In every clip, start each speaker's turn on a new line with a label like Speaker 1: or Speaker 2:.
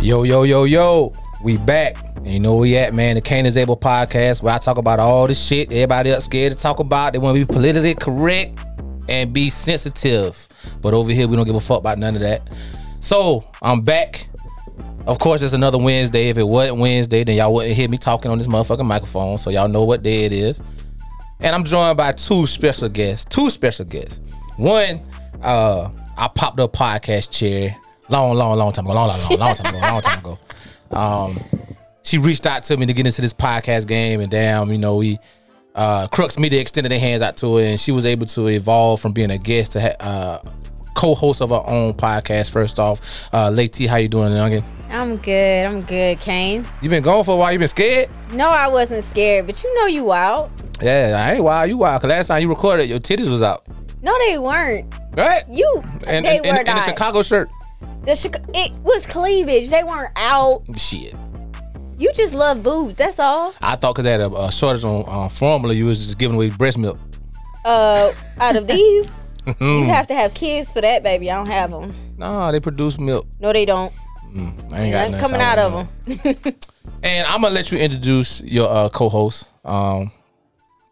Speaker 1: Yo, yo, yo, yo. We back. And you know where we at, man. The Cain is Able podcast where I talk about all the shit everybody else scared to talk about. They want to be politically correct and be sensitive. But over here, we don't give a fuck about none of that. So I'm back. Of course, it's another Wednesday. If it wasn't Wednesday, then y'all wouldn't hear me talking on this motherfucking microphone. So y'all know what day it is. And I'm joined by two special guests. Two special guests. One, uh, I popped up podcast chair long, long, long time ago. Long, long, long, long time ago. Long time ago. Um, she reached out to me to get into this podcast game, and damn, you know, we uh, Crux Media extended their hands out to her, and she was able to evolve from being a guest to ha- uh, co-host of her own podcast. First off, uh, Lake T, how you doing, youngin?
Speaker 2: I'm good. I'm good, Kane.
Speaker 1: You been gone for a while. You been scared?
Speaker 2: No, I wasn't scared, but you know you out.
Speaker 1: Yeah, I ain't wild. You wild? Cause last time you recorded, your titties was out,
Speaker 2: No, they weren't.
Speaker 1: right?
Speaker 2: You,
Speaker 1: and
Speaker 2: they
Speaker 1: and,
Speaker 2: were
Speaker 1: and, and a
Speaker 2: not.
Speaker 1: Chicago shirt.
Speaker 2: the Chica- it was cleavage. They weren't out.
Speaker 1: Shit.
Speaker 2: You just love boobs. That's all.
Speaker 1: I thought because they had a, a shortage on uh, formula, you was just giving away breast milk.
Speaker 2: Uh, out of these,
Speaker 1: Mm-hmm.
Speaker 2: you have to have kids for that, baby. I don't have them.
Speaker 1: Nah, they produce milk.
Speaker 2: No, they don't.
Speaker 1: I ain't got
Speaker 2: Nothing
Speaker 1: nothing
Speaker 2: coming
Speaker 1: solid
Speaker 2: out
Speaker 1: on
Speaker 2: of
Speaker 1: that.
Speaker 2: them.
Speaker 1: And I'm gonna let you introduce your uh, co-host, um,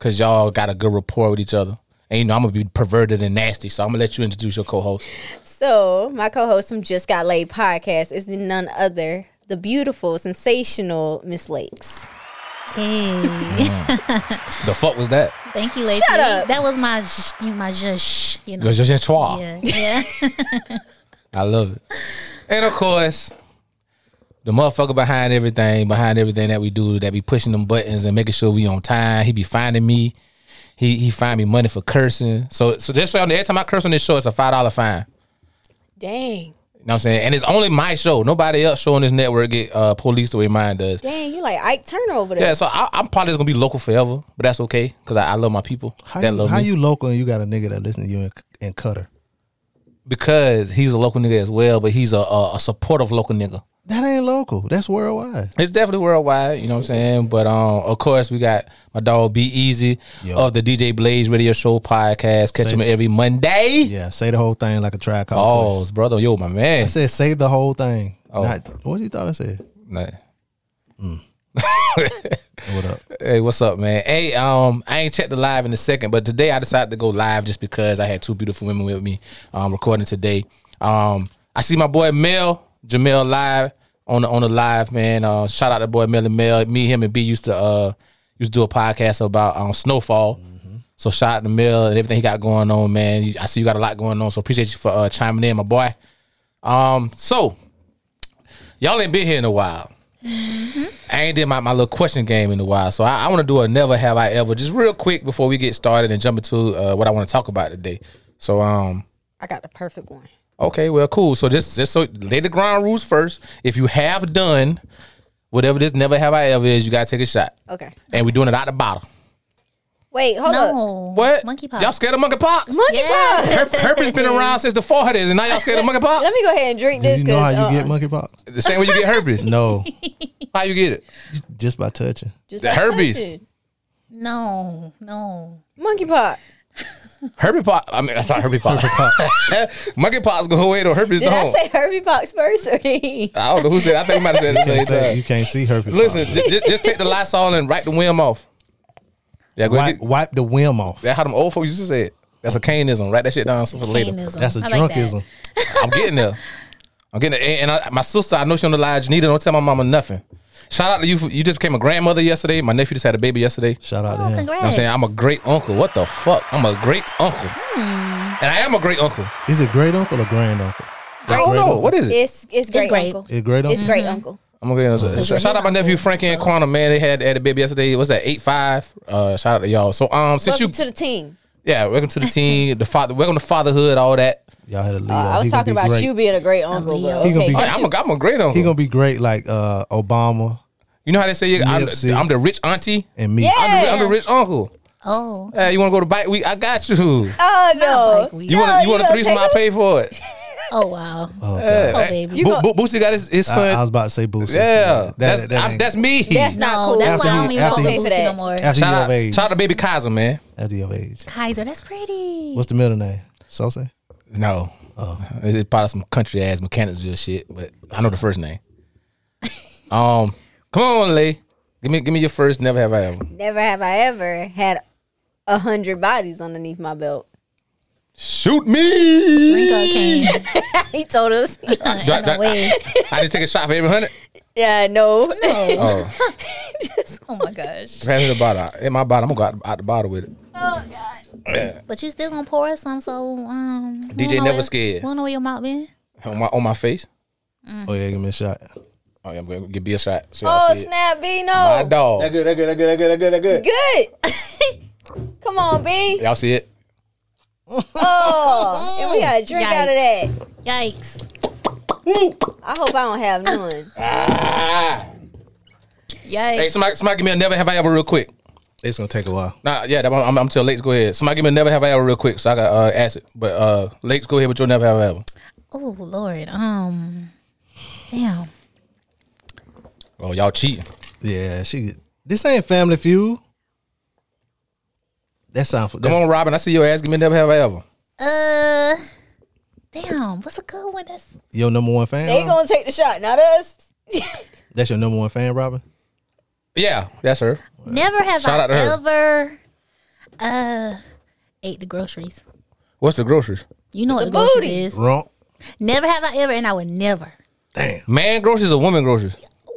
Speaker 1: cause y'all got a good rapport with each other. And you know I'm gonna be perverted and nasty, so I'm gonna let you introduce your co-host.
Speaker 2: So, my co host from Just Got Laid podcast is none other, the beautiful, sensational Miss Lakes.
Speaker 3: Hey,
Speaker 1: The fuck was that?
Speaker 3: thank you, lady.
Speaker 2: Shut up.
Speaker 3: That was my sh- my zhush, you know.
Speaker 1: It was just a schwa.
Speaker 3: Yeah, yeah.
Speaker 1: I love it. And of course, the motherfucker behind everything, behind everything that we do, that be pushing them buttons and making sure we on time. He be finding me. He he find me money for cursing. So so just so y'all know, every time I curse on this show, it's a five dollar fine.
Speaker 2: Dang.
Speaker 1: You know what I'm saying? And it's only my show. Nobody else show on this network get uh, police the way mine does.
Speaker 2: Dang, you like Ike Turner over there.
Speaker 1: Yeah, so I, I'm probably just gonna be local forever, but that's okay because I, I love my people
Speaker 4: How,
Speaker 1: that
Speaker 4: you,
Speaker 1: love
Speaker 4: how
Speaker 1: me
Speaker 4: you local and you got a nigga that listen to you in, in Cutter?
Speaker 1: because he's a local nigga as well, but he's a, a, a supportive local nigga.
Speaker 4: That ain't local. That's worldwide.
Speaker 1: It's definitely worldwide, you know what I'm saying. But um, of course, we got my dog Be Easy
Speaker 4: Yo.
Speaker 1: of the DJ Blaze Radio Show podcast. Catch
Speaker 4: Say-
Speaker 1: him every Monday.
Speaker 4: Yeah, say the whole thing like a tribe called
Speaker 1: Oh,
Speaker 4: Quest.
Speaker 1: brother, yo, my man.
Speaker 4: I said say the whole thing.
Speaker 1: Oh.
Speaker 4: Not, what you thought I said?
Speaker 1: Nah.
Speaker 4: What up?
Speaker 1: Hey, what's up, man? Hey, um, I ain't checked the live in a second, but today I decided to go live just because I had two beautiful women with me um, recording today. Um, I see my boy Mel Jamel live on the on the live, man. Uh, shout out to boy Mel and Mel. Me, him, and B used to uh used to do a podcast about um, snowfall. So shout out to Mel and everything he got going on, man. You- I see you got a lot going on, so appreciate you for uh, chiming in, my boy. Um, so y'all ain't been here in a while. I ain't did my, my little question game in a while. So I, I want to do a never have I ever just real quick before we get started and jump into uh, what I want to talk about today. So um
Speaker 2: I got the perfect one.
Speaker 1: okay, well cool. So just just so lay the ground rules first. If you have done whatever this never have I ever is, you gotta take a shot.
Speaker 2: Okay.
Speaker 1: And we're doing it out the bottle.
Speaker 2: Wait, hold up.
Speaker 3: no,
Speaker 1: What?
Speaker 3: Monkey
Speaker 1: Y'all
Speaker 3: pop.
Speaker 1: scared of monkeypox?
Speaker 2: Monkey
Speaker 3: Yeah.
Speaker 2: pop.
Speaker 1: Herp, herpes has been around since the 400s, and now y'all scared of monkeypox?
Speaker 2: Let me go ahead and drink
Speaker 4: Do
Speaker 2: this.
Speaker 4: you know how
Speaker 2: 'cause,
Speaker 4: you
Speaker 2: uh-uh.
Speaker 4: get monkeypox?
Speaker 1: the same way you get herpes.
Speaker 4: No,
Speaker 1: How you get it?
Speaker 4: just by touching.
Speaker 2: Just
Speaker 1: The
Speaker 2: like
Speaker 1: herpes.
Speaker 2: touching.
Speaker 3: No, no.
Speaker 2: Monkeypox.
Speaker 1: Herpes. I mean, that's not herpes. monkeypox go away though. Herpes
Speaker 2: Did I
Speaker 1: don't.
Speaker 2: say herpes first or he?
Speaker 1: I don't know who said. it. I think we might have said it
Speaker 4: You
Speaker 1: at the same
Speaker 4: can't, say,
Speaker 1: time.
Speaker 4: you can't see herpes.
Speaker 1: Listen, j- j- just take the Lysol and wipe the whim off. Yeah, go ahead.
Speaker 4: wipe,
Speaker 1: Get,
Speaker 4: wipe the whim off.
Speaker 1: that's how them old folks used to say it. That's a canism. Write that shit down for later.
Speaker 3: Paganism.
Speaker 4: That's a
Speaker 3: I like that.
Speaker 4: drunkism.
Speaker 1: I'm getting there. I'm getting there. And, and I, my sister, I know she on the line. Janita, don't tell my mama nothing. Shout out to you. For, you just became a grandmother yesterday. My nephew just had a baby yesterday.
Speaker 4: Shout out
Speaker 3: Oh,
Speaker 4: to
Speaker 1: You
Speaker 4: him.
Speaker 1: know what I'm
Speaker 3: congrats.
Speaker 1: saying? I'm a great uncle. What the fuck? I'm a great uncle. And I am a great uncle.
Speaker 4: Is it great uncle or grand uncle?
Speaker 1: I don't
Speaker 4: Great
Speaker 1: know.
Speaker 4: uncle.
Speaker 1: What is it?
Speaker 2: It's it's great,
Speaker 3: great. Mm-hmm.
Speaker 2: uncle.
Speaker 4: Is great uncle?
Speaker 2: It's great uncle.
Speaker 1: I'm gonna get so,
Speaker 3: you're
Speaker 1: shout
Speaker 3: his
Speaker 1: out my nephew
Speaker 3: uncle.
Speaker 1: Frankie and Quantum, man. They had, had a baby yesterday. What's that? Eight five. Uh, shout out to y'all. So um, since
Speaker 2: Welcome
Speaker 1: you
Speaker 2: to the team.
Speaker 1: Yeah, welcome to the team, the father, welcome to fatherhood, all that.
Speaker 4: Y'all had a Leo.
Speaker 2: Uh, I was
Speaker 4: He gonna
Speaker 2: talking
Speaker 4: be
Speaker 2: about
Speaker 4: great.
Speaker 2: you being a great uncle.
Speaker 3: Leo.
Speaker 2: But
Speaker 4: He gonna
Speaker 2: okay,
Speaker 4: be-
Speaker 1: Oh,
Speaker 2: got
Speaker 1: yeah, I'm
Speaker 2: you.
Speaker 1: a, I'm a great uncle.
Speaker 4: He gonna be great like uh, Obama
Speaker 1: you know how they say I'm,
Speaker 4: Nipsey.
Speaker 1: the, I'm the rich auntie,
Speaker 4: and me.
Speaker 2: Yeah.
Speaker 1: I'm the rich uncle.
Speaker 3: Oh,
Speaker 1: Hey, you want to go to bike week? I got you. You
Speaker 2: Oh
Speaker 3: like
Speaker 2: no!
Speaker 3: we-
Speaker 1: want to
Speaker 2: No,
Speaker 1: you want
Speaker 2: you
Speaker 1: a
Speaker 2: gonna
Speaker 1: threesome?
Speaker 2: take
Speaker 1: I
Speaker 2: it?
Speaker 1: pay for it.
Speaker 3: oh wow,
Speaker 4: Oh, God.
Speaker 1: Yeah.
Speaker 3: oh baby.
Speaker 2: You
Speaker 1: Bo-
Speaker 2: gonna-
Speaker 1: Bo- Boosie got his, his
Speaker 4: I, I
Speaker 1: son.
Speaker 4: was about to say Boosie.
Speaker 1: yeah,
Speaker 4: That-
Speaker 1: that's
Speaker 4: that
Speaker 1: I'm,
Speaker 4: ain't-
Speaker 1: that's me.
Speaker 2: That's
Speaker 1: shout
Speaker 2: not
Speaker 3: no,
Speaker 2: cool.
Speaker 3: that's
Speaker 4: After
Speaker 3: why I
Speaker 4: he-
Speaker 3: don't even
Speaker 4: after
Speaker 3: call
Speaker 4: he-
Speaker 3: it Boosie no more.
Speaker 4: After you of
Speaker 1: out,
Speaker 4: age.
Speaker 1: shout out to baby Kaiser, man.
Speaker 4: After you of age.
Speaker 3: Kaiser, that's pretty.
Speaker 4: What's the middle name?
Speaker 1: Oh.
Speaker 4: Sosa?
Speaker 1: No, it's probably some country ass Mechanicsville shit, but I know the first name. Um, come on, Lee. Give me, give me your first. Never have I ever.
Speaker 2: Never have I ever had a hundred bodies underneath my belt.
Speaker 1: Shoot me.
Speaker 3: Drink cocaine.
Speaker 2: he told us.
Speaker 1: Do I-
Speaker 3: In
Speaker 1: do
Speaker 3: a
Speaker 1: I-
Speaker 3: way.
Speaker 1: I need to take a shot for every hundred.
Speaker 2: yeah, no.
Speaker 3: Oh.
Speaker 1: Oh,
Speaker 3: oh my gosh.
Speaker 1: pass me the bottle. In my bottle, I'm gonna go out, out the bottle with it.
Speaker 3: But you still gonna pour us some, so um. we
Speaker 1: DJ
Speaker 3: don't know
Speaker 1: never
Speaker 3: where-
Speaker 1: scared.
Speaker 3: We don't know where your mouth been.
Speaker 1: On my, on my face. Mm.
Speaker 4: Oh yeah, give me a shot.
Speaker 1: Oh, yeah, I'm gonna give me a shot. So y'all
Speaker 2: Oh
Speaker 1: see it.
Speaker 2: snap, B!
Speaker 1: My
Speaker 2: No,
Speaker 1: dog.
Speaker 4: good, that good, that good, that good, that good, that good.
Speaker 2: good. Come on, B.
Speaker 1: Y'all see it?
Speaker 2: Oh, and we got a drink out of that.
Speaker 3: Yikes.
Speaker 2: I hope I don't have none.
Speaker 1: Ah. Hey,
Speaker 3: Yikes.
Speaker 1: somebody, somebody, give me a never have I ever real quick.
Speaker 4: It's gonna take a while.
Speaker 1: Nah, yeah, that, one- I'm, I'm till late. Go ahead. Somebody give me a never have I ever real quick. So I got uh, acid. But uh, late. Go ahead with your never have I ever.
Speaker 3: Oh Lord. Um. Damn.
Speaker 1: Oh, y'all cheating.
Speaker 4: Yeah, she. This ain't Family Feud. That sound.
Speaker 1: Come on, Robin. I see your ass. Give me a never have I ever.
Speaker 3: Uh. Damn. What's a good one? That's
Speaker 4: Your number one fan.
Speaker 2: They
Speaker 4: Robin?
Speaker 2: gonna take the shot, not us.
Speaker 4: That's your number one fan, Robin.
Speaker 1: Yeah, that's her.
Speaker 3: never have
Speaker 1: Shout out
Speaker 3: I
Speaker 1: to her.
Speaker 3: ever. Uh. Ate the groceries.
Speaker 1: What's the groceries?
Speaker 3: You know
Speaker 2: The
Speaker 3: what the groceries
Speaker 2: booty.
Speaker 3: is.
Speaker 4: Wrong.
Speaker 3: Never have I ever, and I would never.
Speaker 4: Damn.
Speaker 1: Man groceries or woman groceries?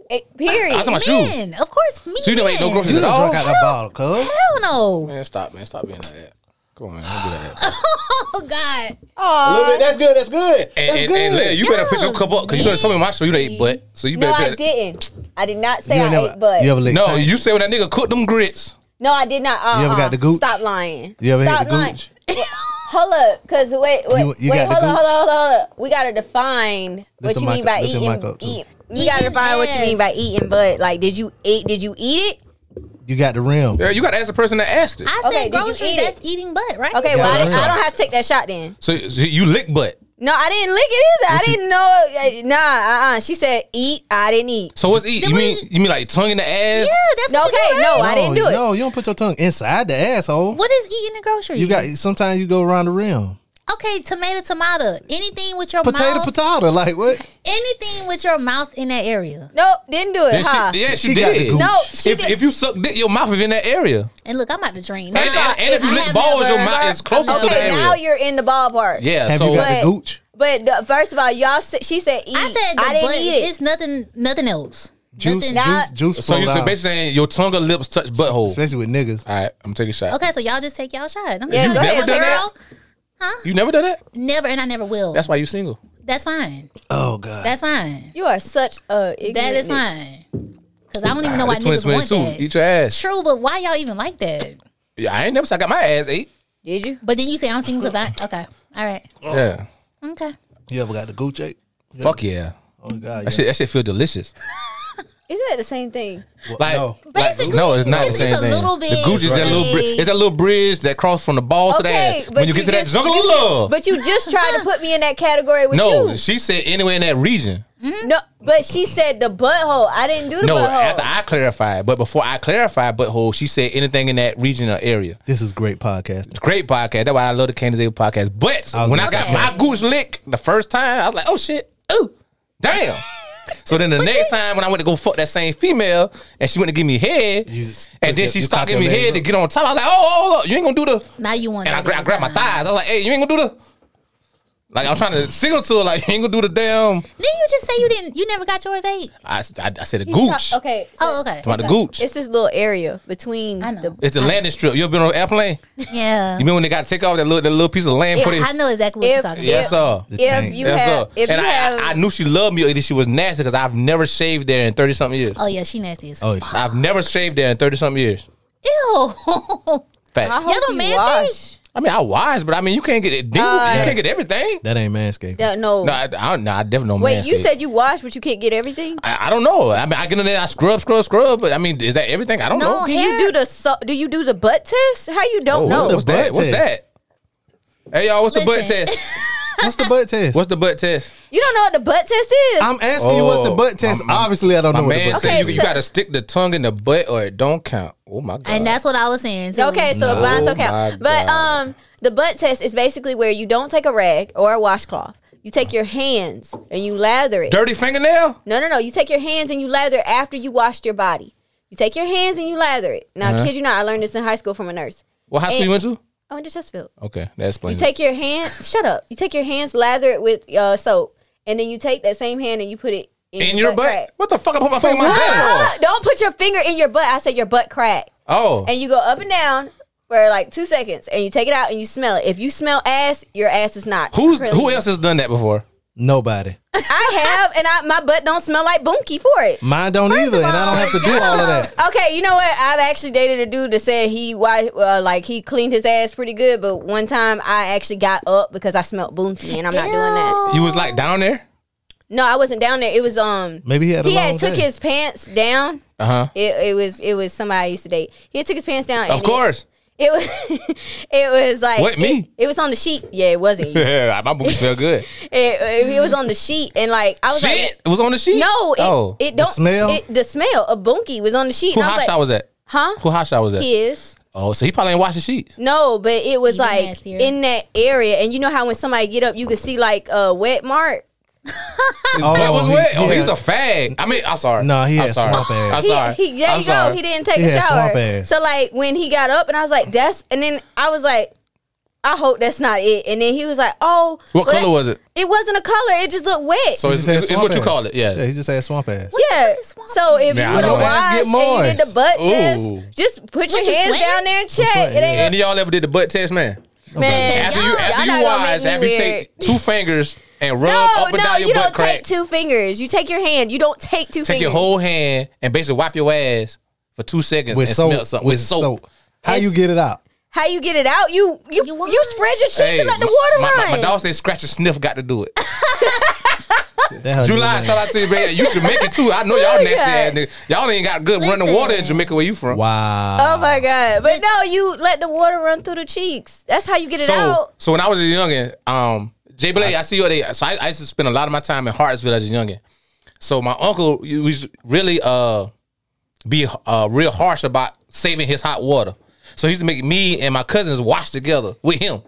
Speaker 2: Eh, period.
Speaker 1: I saw my shoe.
Speaker 3: Men, of course, me.
Speaker 1: So you never ate no
Speaker 3: men.
Speaker 1: groceries
Speaker 4: You
Speaker 1: at
Speaker 4: done
Speaker 1: all?
Speaker 4: drunk out that bottle, cuz.
Speaker 3: Hell no.
Speaker 1: Man, stop, man. Stop being like that. Come on, man. Don't do like that.
Speaker 3: Oh God.
Speaker 2: Aw,
Speaker 4: That's good. That's good.
Speaker 1: And, and, and Leah, you better put your cup up because you done told me my show you done ate butt. So you
Speaker 2: no,
Speaker 1: better. put
Speaker 2: I
Speaker 1: it-
Speaker 2: didn't. I did not say
Speaker 4: You
Speaker 2: I
Speaker 4: ain't never,
Speaker 2: ate, but
Speaker 4: you ever licked
Speaker 1: No,
Speaker 4: Tank?
Speaker 1: you said when that nigga cooked them grits.
Speaker 2: no, I did not. Uh,
Speaker 4: You ever got the gooch?
Speaker 2: Stop lying.
Speaker 4: You ever
Speaker 2: Stop
Speaker 4: hit the
Speaker 2: lying.
Speaker 4: gooch?
Speaker 2: Hold up, cause wait, wait,
Speaker 4: You- you
Speaker 2: wait,
Speaker 4: got the
Speaker 2: hold up, hold
Speaker 4: gooch?
Speaker 2: up, hold up, hold up. We gotta define what
Speaker 4: the
Speaker 2: you
Speaker 4: mic
Speaker 2: mean
Speaker 4: up,
Speaker 2: by
Speaker 4: lift the mic
Speaker 2: eating.
Speaker 4: up, too.
Speaker 2: Eat, we gotta
Speaker 3: Eating
Speaker 2: define what you mean by
Speaker 3: ass.
Speaker 2: eating, but like, did you eat? Did you eat it?
Speaker 4: You got the rim.
Speaker 1: Yeah, you gotta ask the person that asked it.
Speaker 3: I
Speaker 2: Okay,
Speaker 3: said
Speaker 2: did you
Speaker 3: groceries.
Speaker 2: eat
Speaker 3: that's
Speaker 2: it?
Speaker 3: eating butt, right?
Speaker 2: Okay, well, I,
Speaker 4: Yeah.
Speaker 2: didn't- I don't have to take that shot then.
Speaker 1: So, so you lick butt.
Speaker 2: No, I didn't lick it either. I
Speaker 4: you-
Speaker 2: didn't know. uh, Nah, uh, uh she said eat. I didn't eat.
Speaker 1: So what's eat?
Speaker 3: Then
Speaker 1: You
Speaker 3: what
Speaker 1: mean
Speaker 3: is-
Speaker 1: you mean like tongue in the ass?
Speaker 3: Yeah, that's
Speaker 2: No,
Speaker 3: what you
Speaker 2: okay,
Speaker 3: do,
Speaker 2: no,
Speaker 3: right?
Speaker 2: I didn't do it.
Speaker 4: No, you don't put your tongue inside the asshole.
Speaker 3: What is eating the groceries?
Speaker 4: You got. Sometimes you go around the rim.
Speaker 3: okay, tomato, tomato. Anything with your
Speaker 4: Potato,
Speaker 3: mouth.
Speaker 4: potato. Like what?
Speaker 3: Anything with your mouth in that area.
Speaker 2: Nope, didn't do it.
Speaker 1: Then
Speaker 2: Huh?
Speaker 1: she, yeah, she,
Speaker 4: She got the
Speaker 1: did.
Speaker 4: gooch.
Speaker 2: No, she
Speaker 1: if,
Speaker 2: did.
Speaker 1: if you suck dick, your mouth is in that area.
Speaker 3: And look, I'm about to drink.
Speaker 1: And,
Speaker 3: Now,
Speaker 1: and, and if you
Speaker 3: I
Speaker 1: lick
Speaker 3: have
Speaker 1: balls, your
Speaker 3: never-
Speaker 1: mouth is closer to the
Speaker 2: okay,
Speaker 1: area.
Speaker 2: now you're in the ballpark.
Speaker 1: yeah,
Speaker 4: Have
Speaker 1: so
Speaker 4: you got the
Speaker 2: But-
Speaker 4: gooch?
Speaker 2: But the, first of all, y'all said she said eat.
Speaker 3: Mm. I said the
Speaker 2: I didn't
Speaker 3: butt.
Speaker 2: eat it.
Speaker 3: It's nothing. Nothing else.
Speaker 4: Juice,
Speaker 3: nothing.
Speaker 4: juice, juice.
Speaker 1: so
Speaker 4: flow
Speaker 1: you
Speaker 4: down,
Speaker 1: basically saying your tongue or lips touch butthole.
Speaker 4: especially with niggas.
Speaker 1: All right, I'm taking a shot.
Speaker 3: Okay, so y'all just take y'all shot. I'm
Speaker 2: Yeah,
Speaker 3: just
Speaker 2: go
Speaker 3: saying,
Speaker 2: ahead,
Speaker 1: done
Speaker 3: girl.
Speaker 1: You never done that?
Speaker 3: Never, and I never will. That's,
Speaker 1: That's why you single.
Speaker 3: fine.
Speaker 4: Oh god.
Speaker 3: That's fine.
Speaker 2: You are such a ignorant
Speaker 3: That is
Speaker 2: nigga.
Speaker 3: fine. Cause I don't even know why
Speaker 1: It's
Speaker 3: niggas want
Speaker 1: 2022.
Speaker 3: that.
Speaker 1: Eat your ass.
Speaker 3: True, but why y'all even like that?
Speaker 1: Yeah, I ain't never. said I got my ass ate.
Speaker 2: Did you?
Speaker 3: But then you say I'm single because I okay. All right.
Speaker 1: Yeah.
Speaker 3: Okay.
Speaker 4: you ever got the gooch? Ache?
Speaker 1: Fuck yeah.
Speaker 4: Oh god.
Speaker 1: That
Speaker 4: yeah.
Speaker 1: shit. That shit feel delicious.
Speaker 2: Isn't that the same thing?
Speaker 4: Well,
Speaker 1: Like,
Speaker 4: no.
Speaker 1: like,
Speaker 3: Basically,
Speaker 1: no, it's not the
Speaker 3: it's
Speaker 1: same
Speaker 3: just a
Speaker 1: thing.
Speaker 3: little
Speaker 1: the
Speaker 3: bit
Speaker 1: gooch is that little. Bri-
Speaker 3: like-
Speaker 1: it's that little bridge that cross from the balls
Speaker 2: Okay,
Speaker 1: to the ass.
Speaker 2: but
Speaker 1: When you,
Speaker 2: you
Speaker 1: get to that
Speaker 2: just-
Speaker 1: jungle of love.
Speaker 2: But you just tried to put me in that category with
Speaker 1: No,
Speaker 2: you.
Speaker 1: she said anywhere in that region.
Speaker 2: No, but she said the butthole. I didn't do the
Speaker 1: No,
Speaker 2: butthole.
Speaker 1: after I clarified, but before I clarified butthole, she said anything in that region or area.
Speaker 4: This is great podcasting.
Speaker 1: Great podcast. That's why I love the Candace Abel podcast. But
Speaker 4: I was
Speaker 1: when I
Speaker 4: gonna
Speaker 1: got
Speaker 3: say.
Speaker 1: my goose lick the first time, I was like, oh shit, ooh, damn. So then the next time when I went to go fuck that same female and she went to give me head,
Speaker 4: You just
Speaker 1: and then
Speaker 4: put your-
Speaker 1: she
Speaker 4: you cock
Speaker 1: stopped
Speaker 4: your
Speaker 1: giving me
Speaker 4: legs
Speaker 1: head
Speaker 4: up.
Speaker 1: to get on top. I was like, oh, hold up, you ain't gonna do the
Speaker 3: Now you want
Speaker 1: and I,
Speaker 3: that.
Speaker 1: gra- I grabbed my
Speaker 3: design.
Speaker 1: thighs. I was like, hey, you ain't gonna do the like I'm trying to signal to her like you ain't gonna do the damn.
Speaker 3: Then you just say you didn't. You never got yours eight.
Speaker 1: I, I, I said the
Speaker 2: He's
Speaker 1: gooch.
Speaker 2: not- okay. so
Speaker 3: Oh, okay.
Speaker 1: About the gooch.
Speaker 2: It's this little area between
Speaker 3: I know.
Speaker 2: the
Speaker 1: It's the landing strip. You ever been on an airplane? You
Speaker 3: Yeah.
Speaker 1: remember when they got to take off that little that little piece of land for the
Speaker 3: I know exactly what
Speaker 2: If-
Speaker 3: you're talking about.
Speaker 1: Yes, sir.
Speaker 4: The
Speaker 2: if
Speaker 4: tank.
Speaker 2: you
Speaker 1: Yes,
Speaker 2: have
Speaker 1: sir.
Speaker 2: if
Speaker 1: and
Speaker 2: you
Speaker 1: I,
Speaker 2: have
Speaker 1: I, I knew she loved me or either she was nasty because I've never shaved there in 30 something years.
Speaker 3: Oh yeah, she nasty as.
Speaker 4: Oh,
Speaker 3: Oh.
Speaker 1: I've never shaved there in 30 something years.
Speaker 3: Ew.
Speaker 2: I
Speaker 1: Fact.
Speaker 2: hope
Speaker 3: don't
Speaker 2: you
Speaker 3: manscape.
Speaker 2: wash.
Speaker 1: I mean, I was, but I mean, you can't get it. you can't get everything.
Speaker 4: that ain't manscaped.
Speaker 2: Yeah, Uh, no.
Speaker 1: No, I, I, no, I definitely don't
Speaker 2: Wait, you
Speaker 1: manscape.
Speaker 2: said you wash, but you can't get everything.
Speaker 1: I, I don't know. I mean, I get in there, I scrub, scrub, scrub. But I mean, is that everything? I don't
Speaker 3: No,
Speaker 1: know. Oh,
Speaker 2: Do you
Speaker 3: hair-
Speaker 2: do the so, do you do the butt test? How you don't know?
Speaker 1: what's,
Speaker 4: the
Speaker 1: what's that?
Speaker 4: butt
Speaker 1: What's
Speaker 4: test?
Speaker 1: that? Hey, y'all, what's the butt
Speaker 3: Listen.
Speaker 1: test?
Speaker 4: What's the butt test?
Speaker 1: What's the butt test?
Speaker 2: you don't know what the butt test is.
Speaker 4: I'm asking you what's the butt test. Obviously, I don't
Speaker 1: Oh, My
Speaker 4: know what the
Speaker 1: man
Speaker 4: butt
Speaker 1: said
Speaker 2: Okay,
Speaker 1: you, you
Speaker 2: so-
Speaker 1: got to stick the tongue in the butt or it don't count. Oh, my God.
Speaker 3: And that's what I was saying. Too.
Speaker 2: okay, so
Speaker 1: No.
Speaker 2: mine's
Speaker 1: Oh, my
Speaker 2: okay. But
Speaker 1: God.
Speaker 2: um, the butt test is basically where you don't take a rag or a washcloth. You take your hands and you lather it.
Speaker 1: Dirty fingernail?
Speaker 2: No, no, no. You take your hands and you lather after you washed your body. You take your hands and you lather it. Now,
Speaker 1: Uh-huh.
Speaker 2: kid you not, I learned this in high school from a nurse.
Speaker 1: What high school you went to?
Speaker 2: I went to Chesterfield.
Speaker 1: Okay, that
Speaker 2: You
Speaker 1: explains it.
Speaker 2: take your hand, shut up. You take your hands, lather it with uh, soap, and then you take that same hand and you put it in,
Speaker 1: In your butt?
Speaker 2: crack.
Speaker 1: What the fuck? I put my finger in my butt
Speaker 2: Ah,
Speaker 1: for?
Speaker 2: don't put your finger in your butt. I said your butt crack.
Speaker 1: Oh.
Speaker 2: And you go up and down for like two seconds and you take it out and you smell it. If you smell ass, your ass is not.
Speaker 1: Who's
Speaker 2: really-
Speaker 1: who else has done that before?
Speaker 4: Nobody.
Speaker 2: I have, and I, my butt don't smell like bunky for it.
Speaker 4: Mine don't either, and I don't have to do all of that.
Speaker 2: Okay, you know what? I've actually dated a dude that said he why uh, like he cleaned his ass pretty good, but one time I actually got up because I smelled bunky and I'm not doing that.
Speaker 1: You was like down there?
Speaker 2: No, I wasn't down there. It was um
Speaker 4: Maybe he had a
Speaker 2: he
Speaker 4: long
Speaker 2: had took
Speaker 4: day.
Speaker 2: his pants down.
Speaker 1: Uh-huh.
Speaker 2: It, it was it was somebody I used to date. He had took his pants down. and
Speaker 1: Of
Speaker 2: it-
Speaker 1: course.
Speaker 2: It was it was like
Speaker 1: What, me?
Speaker 2: It, it was on the sheet. Yeah, it wasn't you. it,
Speaker 1: Yeah, my booty smell good.
Speaker 2: it, it was on the sheet and like I was
Speaker 1: Shit,
Speaker 2: like
Speaker 1: it was on the sheet.
Speaker 2: no, it,
Speaker 1: oh,
Speaker 2: it don't
Speaker 4: smell?
Speaker 2: It, the smell of bunky was on the sheet.
Speaker 1: who
Speaker 2: and I
Speaker 1: hot
Speaker 2: was
Speaker 1: shot
Speaker 2: like,
Speaker 1: was that?
Speaker 2: huh?
Speaker 1: Who hot shot was that?
Speaker 2: His.
Speaker 1: Oh, so he probably ain't washing sheets.
Speaker 2: No, but it was
Speaker 3: Even
Speaker 2: like
Speaker 3: nastier.
Speaker 2: in that area, and you know how when somebody get up, you can see like a wet mark.
Speaker 1: His butt was
Speaker 4: he-
Speaker 1: wet. oh,
Speaker 4: yeah.
Speaker 1: he's a fag. I mean, I'm sorry.
Speaker 4: No, he
Speaker 1: I'm
Speaker 4: had
Speaker 1: sorry.
Speaker 4: swamp ass.
Speaker 1: I'm
Speaker 2: He-
Speaker 1: sorry.
Speaker 2: He, there
Speaker 1: I'm
Speaker 2: you
Speaker 1: sorry.
Speaker 2: go. He didn't take
Speaker 4: He
Speaker 2: a
Speaker 4: had swamp
Speaker 2: shower.
Speaker 4: ass.
Speaker 2: So like when he got up, and I was like, "That's," and then I was like, "I hope that's not it." And then he was like, "Oh,
Speaker 1: What
Speaker 2: well,
Speaker 1: color
Speaker 2: that-
Speaker 1: was it?
Speaker 2: It wasn't a color. It just looked wet."
Speaker 1: So
Speaker 4: He
Speaker 1: Oh, it's,
Speaker 4: just had
Speaker 1: it's, it's
Speaker 4: swamp
Speaker 1: what you
Speaker 4: ass.
Speaker 1: call it. Yeah.
Speaker 4: Yeah, he just had swamp ass.
Speaker 2: yeah.
Speaker 3: is wrong
Speaker 2: So
Speaker 3: with
Speaker 2: if
Speaker 1: you?
Speaker 2: you
Speaker 1: Nah,
Speaker 2: would
Speaker 1: I
Speaker 2: have
Speaker 1: know.
Speaker 4: Ass get
Speaker 2: washed and you did
Speaker 4: moist.
Speaker 2: the butt
Speaker 1: Ooh.
Speaker 2: test, just put your
Speaker 3: you
Speaker 2: hands
Speaker 3: sweating?
Speaker 2: down there and check.
Speaker 4: sweating,
Speaker 2: It ain't
Speaker 1: Any of y'all ever did the butt test, man?
Speaker 2: man.
Speaker 1: After you,
Speaker 2: y'all-
Speaker 1: after
Speaker 2: y'all
Speaker 1: you
Speaker 2: not gonna make
Speaker 1: wash,
Speaker 2: me
Speaker 1: after you
Speaker 2: weird.
Speaker 1: take two fingers and rub
Speaker 2: No,
Speaker 1: up and
Speaker 2: no,
Speaker 1: down your
Speaker 2: you
Speaker 1: butt
Speaker 2: don't
Speaker 1: crack,
Speaker 2: take two fingers. You take your hand. You don't take two
Speaker 1: take
Speaker 2: fingers.
Speaker 1: your whole hand and basically wipe your ass for two seconds
Speaker 4: With
Speaker 1: and
Speaker 4: soap.
Speaker 1: smell something
Speaker 4: with soap. How you get it out?
Speaker 2: How you get it out? You you
Speaker 3: You
Speaker 2: you,
Speaker 3: wash.
Speaker 2: spread your cheeks
Speaker 1: Hey,
Speaker 2: and let the water
Speaker 1: my,
Speaker 2: run.
Speaker 1: my, my dog said scratch and sniff got to do it.
Speaker 4: That how
Speaker 1: July,
Speaker 4: you
Speaker 1: shout out to you, baby. You Jamaican too. I know y'all nasty
Speaker 2: Oh, Yeah.
Speaker 1: ass niggas. Y'all ain't got good running
Speaker 3: Listen.
Speaker 1: water in Jamaica where you from.
Speaker 4: Wow.
Speaker 2: oh my god! But no, you let the water run through the cheeks. That's how you get it
Speaker 1: So,
Speaker 2: out.
Speaker 1: so when I was a youngin, um, Jay Blay, I see you. They, so I, I used to spend a lot of my time in Hartsville as a youngin. So my uncle he was really uh be uh real harsh about saving his hot water. So he used to make me and my cousins wash together with him.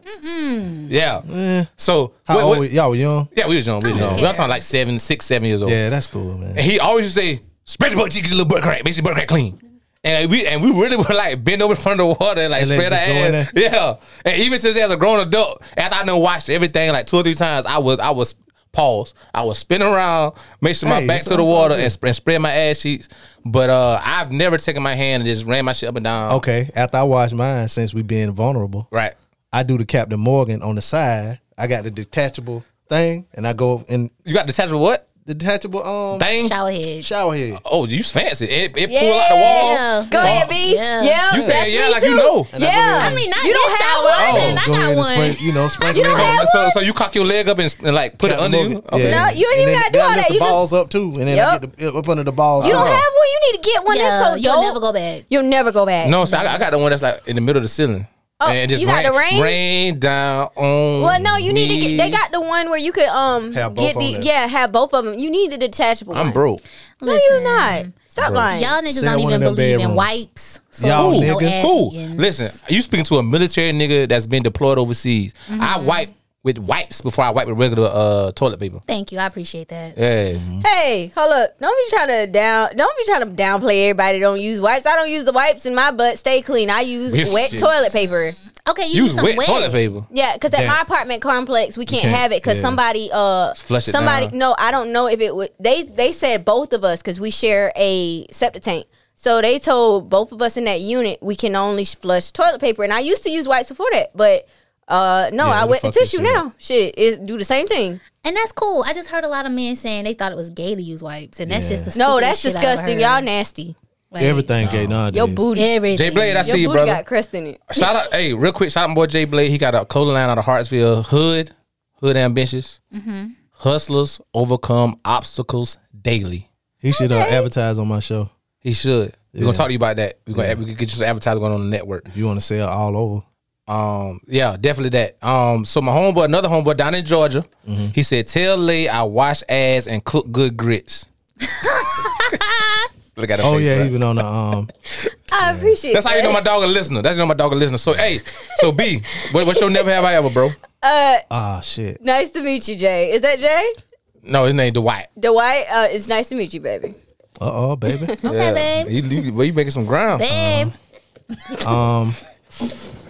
Speaker 1: Yeah. So
Speaker 4: Eh. How
Speaker 1: what-
Speaker 4: old
Speaker 1: what-
Speaker 4: were- y'all were young?
Speaker 1: yeah, we was young. We was
Speaker 3: Oh,
Speaker 1: young. We
Speaker 3: yeah.
Speaker 1: were talking like seven, six, seven years old.
Speaker 4: Yeah, that's cool, man.
Speaker 1: And he always used to say, spread your butt cheeks, your little butt crack, makes your butt crack clean. And we and we really were like bend over in front of the water and like
Speaker 4: And let
Speaker 1: spread
Speaker 4: it
Speaker 1: our
Speaker 4: just go in
Speaker 1: ass. Yeah. And even since as a grown adult, after I done watched everything like two or three times, I was I was paused. I was spinning around, make sure my
Speaker 4: Hey,
Speaker 1: back
Speaker 4: it's-
Speaker 1: to the
Speaker 4: it's all
Speaker 1: water
Speaker 4: good.
Speaker 1: and, sp- and spread my ass sheets. But uh I've never taken my hand and just ran my shit up and down.
Speaker 4: Okay, after I wash mine, since we being vulnerable,
Speaker 1: Right.
Speaker 4: I do the Captain Morgan on the side. I got the detachable thing, and I go in
Speaker 1: You got detachable what?
Speaker 4: the detachable um
Speaker 1: Thing?
Speaker 3: Shower head.
Speaker 4: shower head.
Speaker 1: Oh, you fancy. It, it pull out the wall.
Speaker 3: Yeah.
Speaker 2: Go ahead, B.
Speaker 3: Yeah.
Speaker 2: Yeah,
Speaker 1: You saying
Speaker 2: that's
Speaker 1: yeah
Speaker 2: me
Speaker 1: like you
Speaker 2: too.
Speaker 1: know.
Speaker 4: I go
Speaker 2: Yeah,
Speaker 4: ahead.
Speaker 3: I mean, not
Speaker 2: you don't
Speaker 3: that
Speaker 2: have
Speaker 3: shower.
Speaker 2: one.
Speaker 1: Oh,
Speaker 3: I said, I
Speaker 4: go ahead
Speaker 3: got
Speaker 4: and
Speaker 3: one.
Speaker 4: spread, you know, sprinkle
Speaker 2: don't
Speaker 4: it
Speaker 1: So,
Speaker 4: on.
Speaker 2: have-
Speaker 1: so, so you cock your leg up and, and like put it
Speaker 4: Captain
Speaker 1: under
Speaker 4: Morgan.
Speaker 1: you? Okay.
Speaker 2: No, you ain't
Speaker 4: And
Speaker 2: even
Speaker 4: then-
Speaker 2: gotta do
Speaker 4: then I
Speaker 2: all
Speaker 4: lift
Speaker 2: that.
Speaker 4: The
Speaker 2: You just-
Speaker 4: balls up too, and then I
Speaker 2: Yup.
Speaker 4: get the, up under the balls.
Speaker 2: You don't
Speaker 4: Oh.
Speaker 1: uh-huh.
Speaker 2: have one. You need to get one.
Speaker 3: Yeah,
Speaker 2: that's so
Speaker 3: you'll
Speaker 2: dope.
Speaker 3: never go back.
Speaker 2: You'll never go back.
Speaker 1: No, so I, I got the one that's like in the middle of the ceiling.
Speaker 2: Oh,
Speaker 1: and it just
Speaker 2: you got
Speaker 1: rain,
Speaker 2: the rain?
Speaker 1: rain down on.
Speaker 2: Well, no, you need to get.
Speaker 1: me.
Speaker 2: They got the one where you could um
Speaker 4: Have both
Speaker 2: get
Speaker 4: on
Speaker 2: the
Speaker 4: there.
Speaker 2: yeah have both of them. You need the detachable.
Speaker 1: I'm
Speaker 2: one.
Speaker 1: broke.
Speaker 2: No, you're not. Stop lying.
Speaker 3: Y'all niggas
Speaker 4: Send
Speaker 3: don't
Speaker 4: one
Speaker 3: even
Speaker 4: of them
Speaker 3: believe in
Speaker 4: bedrooms.
Speaker 3: wipes. So
Speaker 4: Y'all
Speaker 3: ain't
Speaker 4: niggas.
Speaker 3: ass
Speaker 1: Who?
Speaker 3: eating.
Speaker 1: Listen, you speaking to a military nigga that's been deployed overseas. I
Speaker 2: Mm-hmm.
Speaker 1: wipe with wipes before I wipe with regular uh, toilet paper.
Speaker 3: Thank you. I appreciate that.
Speaker 1: Yeah.
Speaker 2: Mm-hmm. Hey, hold up! Don't be trying to down. Don't be trying to downplay everybody. that Don't use wipes. I don't use the wipes in my butt. Stay clean. I use
Speaker 1: This
Speaker 2: wet
Speaker 1: shit.
Speaker 2: toilet paper.
Speaker 3: Okay,
Speaker 1: Use
Speaker 3: you need some
Speaker 1: wet
Speaker 3: wet.
Speaker 1: toilet paper.
Speaker 2: Yeah, because at
Speaker 4: Damn.
Speaker 2: my apartment complex we can't
Speaker 4: can't,
Speaker 2: have it because
Speaker 4: yeah.
Speaker 2: somebody uh
Speaker 1: Flush it
Speaker 2: somebody
Speaker 1: down.
Speaker 2: no I don't know if it would they they said both of us because we share a septic tank. So they told both of us in that unit we can only sh- flush toilet paper, and I used to use wipes before that, but uh no,
Speaker 4: Yeah,
Speaker 2: I
Speaker 4: the
Speaker 2: wet the
Speaker 4: fuck you
Speaker 2: tissue
Speaker 4: should.
Speaker 2: now. Shit, it do the same thing.
Speaker 3: And that's cool. I just heard a lot of men saying they thought it was gay to use wipes, and that's
Speaker 4: Yeah.
Speaker 3: just the
Speaker 2: No,
Speaker 3: stupidest
Speaker 2: that's
Speaker 3: shit I ever
Speaker 2: disgusting.
Speaker 3: heard.
Speaker 2: Y'all nasty.
Speaker 3: Like,
Speaker 4: Everything gay nowadays.
Speaker 2: Your booty,
Speaker 3: Everything.
Speaker 1: Jay Blade, I
Speaker 2: your
Speaker 1: see you,
Speaker 2: booty
Speaker 1: brother.
Speaker 2: got crust in it.
Speaker 1: Shout out, hey, real quick, shout out my boy Jay Blade. He got a clothing line out of Hartsville. Hood, hood ambitious.
Speaker 2: Mm-hmm.
Speaker 1: Hustlers overcome obstacles daily.
Speaker 4: He should uh, advertise on my show
Speaker 1: He should. We're
Speaker 4: Yeah.
Speaker 1: gonna talk to you about that. We're gonna we could get you some advertising going on the network.
Speaker 4: if you want to sell all over.
Speaker 1: Um, yeah, definitely that. Um, so my homeboy, another homeboy down in Georgia,
Speaker 4: Mm-hmm.
Speaker 1: he said, "Tell Lay I wash ass and cook good grits." Look at her
Speaker 4: Oh
Speaker 1: face,
Speaker 4: yeah,
Speaker 1: bruh.
Speaker 4: even on the um.
Speaker 2: I appreciate.
Speaker 1: That's how you
Speaker 2: that.
Speaker 1: know my dog a listener. That's how you know my dog a listener. So hey, so B, what, what's your never have I ever, bro?
Speaker 4: Ah, shit.
Speaker 2: Nice to meet you, Jay. Is that Jay?
Speaker 1: No, his name Dwight.
Speaker 2: Dwight, uh, it's nice to meet you, baby.
Speaker 4: Uh oh, baby.
Speaker 3: Okay, babe.
Speaker 1: He, he, well, you making some ground.
Speaker 3: Babe.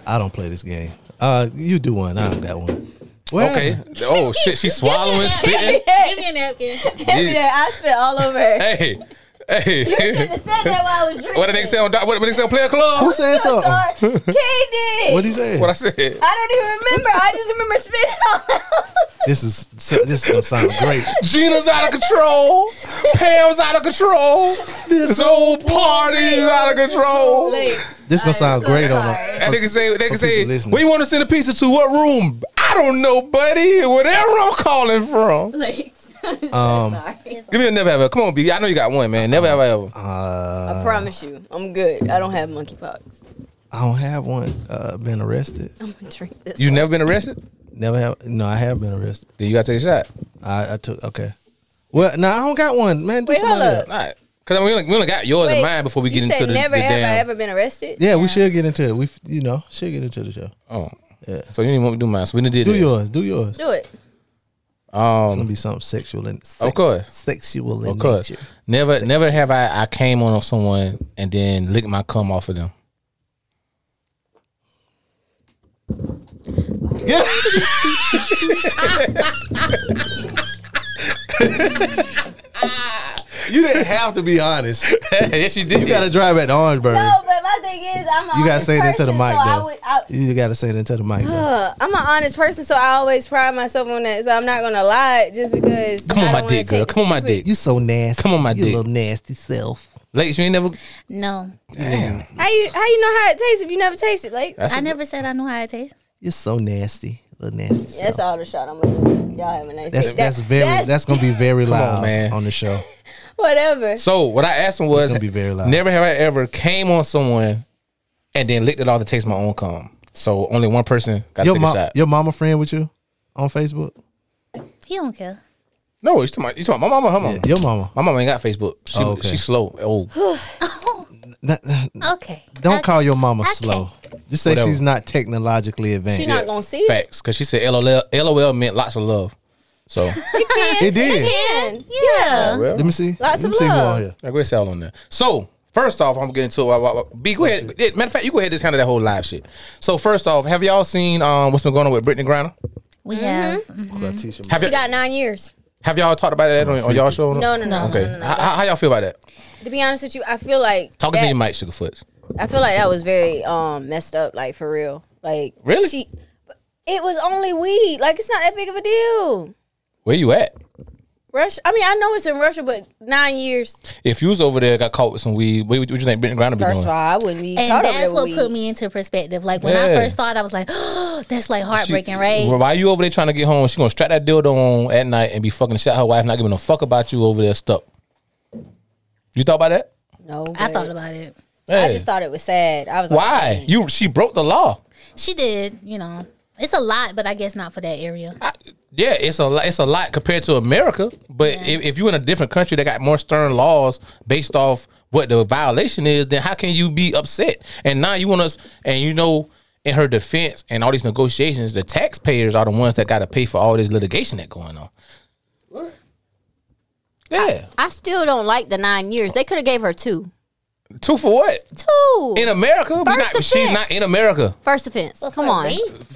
Speaker 4: I don't play this game. Uh, you do one. I don't got one. Well,
Speaker 1: Okay. Oh shit, she's swallowing, spitting.
Speaker 3: Give me a napkin.
Speaker 1: Yeah.
Speaker 2: I spit all over her.
Speaker 1: Hey, hey.
Speaker 2: have said that while I was drinking.
Speaker 1: what did they say on Doc- what, what they say on Player
Speaker 4: Who
Speaker 1: Club?
Speaker 4: said
Speaker 2: So
Speaker 4: something?
Speaker 2: sorry. King did.
Speaker 4: What he said?
Speaker 1: What I said?
Speaker 2: I don't even remember. I just remember spitting all
Speaker 4: this is this is sound great.
Speaker 1: Gina's out of control. Pam's out of control. This whole party is out of control.
Speaker 2: Like,
Speaker 4: This gonna sound
Speaker 2: so
Speaker 4: great on
Speaker 2: sorry.
Speaker 4: them.
Speaker 1: And they can say, they
Speaker 4: for
Speaker 1: can say,
Speaker 4: people listening.
Speaker 1: we want to send a pizza to what room? I don't know, buddy. Whatever I'm calling from.
Speaker 2: like, I'm so sorry.
Speaker 1: Give me a never ever. Come on, B. I know you got one, man. Never ever ever.
Speaker 4: Uh,
Speaker 1: Uh.
Speaker 2: I promise you, I'm good. I don't have monkeypox.
Speaker 4: I don't have one. Uh, been arrested.
Speaker 2: I'm gonna drink this.
Speaker 1: You never been arrested?
Speaker 4: Never have. No, I have been arrested.
Speaker 1: Then you gotta take a shot.
Speaker 4: I, I took. Okay. Well, no, I don't got one, man. Do
Speaker 2: Wait,
Speaker 4: somebody
Speaker 2: hold
Speaker 4: else.
Speaker 2: up.
Speaker 1: All right. Cause I mean, we only, we only got yours and mine before we get
Speaker 2: you
Speaker 1: into
Speaker 2: said
Speaker 1: the,
Speaker 2: never
Speaker 1: the
Speaker 2: have I
Speaker 1: damn.
Speaker 2: ever been arrested.
Speaker 4: Yeah, we should get into it. We, f- you know, should get into the show.
Speaker 1: Oh,
Speaker 4: Yeah.
Speaker 1: So you didn't want me to do mine. So we didn't did
Speaker 4: Do
Speaker 1: it.
Speaker 4: yours. Do yours.
Speaker 2: Do it.
Speaker 4: It's
Speaker 1: Um,
Speaker 4: gonna be something sexual and sex,
Speaker 1: Of course.
Speaker 4: sexual in
Speaker 1: of course.
Speaker 4: nature.
Speaker 1: Never, never have I. I came on someone and then licked my cum off of them. Yeah.
Speaker 4: You didn't have to be honest.
Speaker 1: yes, you did.
Speaker 4: You gotta drive at the Orangeburg.
Speaker 2: No, but my thing is, I'm. An
Speaker 4: You gotta
Speaker 2: honest
Speaker 4: say it into the
Speaker 2: person,
Speaker 4: mic
Speaker 2: so I
Speaker 4: though.
Speaker 2: would- I-
Speaker 4: you gotta say it into the mic though.
Speaker 2: uh, I'm an honest person, so I always pride myself on that. So I'm not gonna lie just because.
Speaker 1: Come
Speaker 2: I don't
Speaker 1: on, my
Speaker 2: wanna
Speaker 1: dick,
Speaker 2: take
Speaker 1: girl.
Speaker 2: the
Speaker 1: Come on, my
Speaker 2: stupid-
Speaker 1: dick.
Speaker 4: You so nasty.
Speaker 1: Come on, my
Speaker 4: you
Speaker 1: dick.
Speaker 4: little nasty self.
Speaker 1: Ladies, you ain't never.
Speaker 3: No.
Speaker 1: Damn.
Speaker 2: How you how you know how it tastes if you never taste it? Like
Speaker 1: That's
Speaker 3: I never said I knew how it tastes.
Speaker 4: You're so nasty. Little nasty self.
Speaker 2: that's all the shot I'm gonna. do. Y'all have a nice
Speaker 4: That's
Speaker 2: day.
Speaker 4: that's
Speaker 2: That-
Speaker 4: very that's, gonna be very loud on,
Speaker 1: man.
Speaker 4: the show.
Speaker 2: whatever.
Speaker 1: So what I asked him was,
Speaker 4: gonna be very loud.
Speaker 1: never have I ever came on someone and then licked it off to taste my own cum. So only one person got to
Speaker 4: Your
Speaker 1: take a
Speaker 4: mom,
Speaker 1: shot.
Speaker 4: your mama friend with you on Facebook?
Speaker 3: He don't care.
Speaker 1: No, you talking about you talking about my mama, or her mama.
Speaker 4: Yeah, Oh, your mama.
Speaker 1: My mama ain't got Facebook. She,
Speaker 4: Oh, okay.
Speaker 1: She's slow. Oh,
Speaker 4: That-
Speaker 3: Okay.
Speaker 4: Don't call your mama
Speaker 3: okay.
Speaker 4: slow. Just say
Speaker 1: Whatever.
Speaker 4: she's not technologically
Speaker 2: She
Speaker 4: advanced.
Speaker 2: not gonna see it.
Speaker 1: facts. Because she said LOL, LOL meant lots of love. So
Speaker 4: It did.
Speaker 2: Man,
Speaker 3: Yeah.
Speaker 1: well,
Speaker 4: Let me see.
Speaker 2: Lots
Speaker 4: Let
Speaker 2: of
Speaker 4: me see who
Speaker 2: love.
Speaker 4: on here.
Speaker 1: I guess y'all on there. So first off, I'm gonna get into it. B, go ahead. Yeah, Matter of fact, you go ahead and just handle that whole live shit. So first off, have y'all seen um, what's been going on with Brittany Griner?
Speaker 3: We
Speaker 2: Mm-hmm.
Speaker 3: have. mm,
Speaker 1: Have,
Speaker 2: she
Speaker 1: y-
Speaker 2: got nine years.
Speaker 1: have y'all talked about that on, on y'all show?
Speaker 2: No, no, no.
Speaker 1: Okay. How, how how y'all feel about that?
Speaker 2: To be honest with you, I feel like
Speaker 1: Talking
Speaker 2: that,
Speaker 1: to your mic, Sugarfoot.
Speaker 2: I feel like that was very um messed up. Like for real. Like
Speaker 1: Really?
Speaker 2: She, it was only weed. Like it's not that big of a deal.
Speaker 1: Where you at?
Speaker 2: Russia. I mean, I know it's in Russia, but nine years.
Speaker 1: If you was over there, got caught with some weed, what would what you think Brittany Griner be
Speaker 2: First of all,
Speaker 1: doing?
Speaker 2: I wouldn't be.
Speaker 3: And
Speaker 2: caught over
Speaker 3: that's
Speaker 2: there
Speaker 3: what
Speaker 2: with
Speaker 3: put
Speaker 2: weed.
Speaker 3: me into perspective. Like when
Speaker 1: Yeah.
Speaker 3: I first saw it, I was like, oh, that's like heartbreaking, right?
Speaker 1: Well, Why you over there trying to get home? She gonna strap that dildo on at night and be fucking shot her wife, not giving a fuck about you over there stuck. You thought about that?
Speaker 2: No,
Speaker 3: I
Speaker 2: but
Speaker 3: thought about it.
Speaker 2: I
Speaker 1: Hey.
Speaker 2: just thought it was sad. I was like,
Speaker 1: Why? You she broke the law.
Speaker 3: She did, you know. It's a lot, but I guess not for that area.
Speaker 2: Uh,
Speaker 1: I- yeah, it's a lot, it's a lot compared to America. But if, if you're in a different country that got more stern laws based off what the violation is, then how can you be upset? And now you want us, and you know, in her defense and all these negotiations, the taxpayers are the ones that got to pay for all this litigation that going on. Yeah,
Speaker 2: I still don't like the nine years. They could have gave her two.
Speaker 1: two for what
Speaker 2: Two.
Speaker 1: in America? we
Speaker 2: First
Speaker 1: not, she's
Speaker 2: offense.
Speaker 1: not in America.
Speaker 2: First offense. Come on.